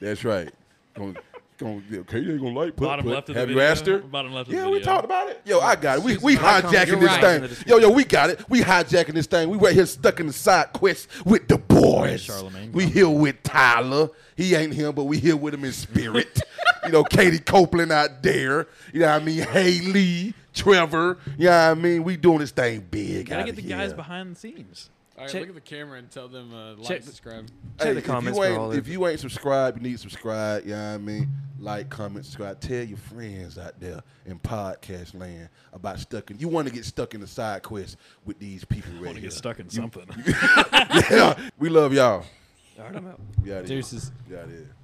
Speaker 3: That's right. Gonna, gonna, yeah, Katie ain't gonna like. Put,
Speaker 5: Bottom
Speaker 3: put.
Speaker 5: left of the
Speaker 3: Have you
Speaker 5: video.
Speaker 3: asked her?
Speaker 5: Bottom left of
Speaker 3: Yeah,
Speaker 5: the
Speaker 3: we
Speaker 5: video.
Speaker 3: talked about it. Yo, I got it. We, we
Speaker 4: my comment.
Speaker 3: hijacking
Speaker 4: You're
Speaker 3: this
Speaker 4: right.
Speaker 3: thing. Yo, yo, we got it. We hijacking this thing. We right here stuck in the side quest with the boys.
Speaker 5: Charlemagne.
Speaker 3: We here with Tyler. He ain't him, but we here with him in spirit. you know, Katie Copeland out there. You know what I mean? Haley, Trevor. You know what I mean? We doing this thing big.
Speaker 5: Gotta
Speaker 3: outta
Speaker 5: get the
Speaker 3: here.
Speaker 5: guys behind the scenes.
Speaker 1: All right,
Speaker 4: Check-
Speaker 1: look at the camera and tell them uh, like,
Speaker 5: Check-
Speaker 1: subscribe.
Speaker 4: Check the
Speaker 3: if
Speaker 4: comments
Speaker 3: you
Speaker 4: for
Speaker 3: ain't-
Speaker 4: all
Speaker 3: If
Speaker 4: of
Speaker 3: you ain't subscribed, you need to subscribe. You know what I mean? Like, comment, subscribe. Tell your friends out there in podcast land about stuck in. You want to get stuck in the side quest with these people right
Speaker 5: Want to
Speaker 3: here.
Speaker 5: get stuck in something.
Speaker 3: yeah, we love y'all.
Speaker 4: All right, I'm out.
Speaker 3: We out here.
Speaker 1: Deuces.
Speaker 3: We out here.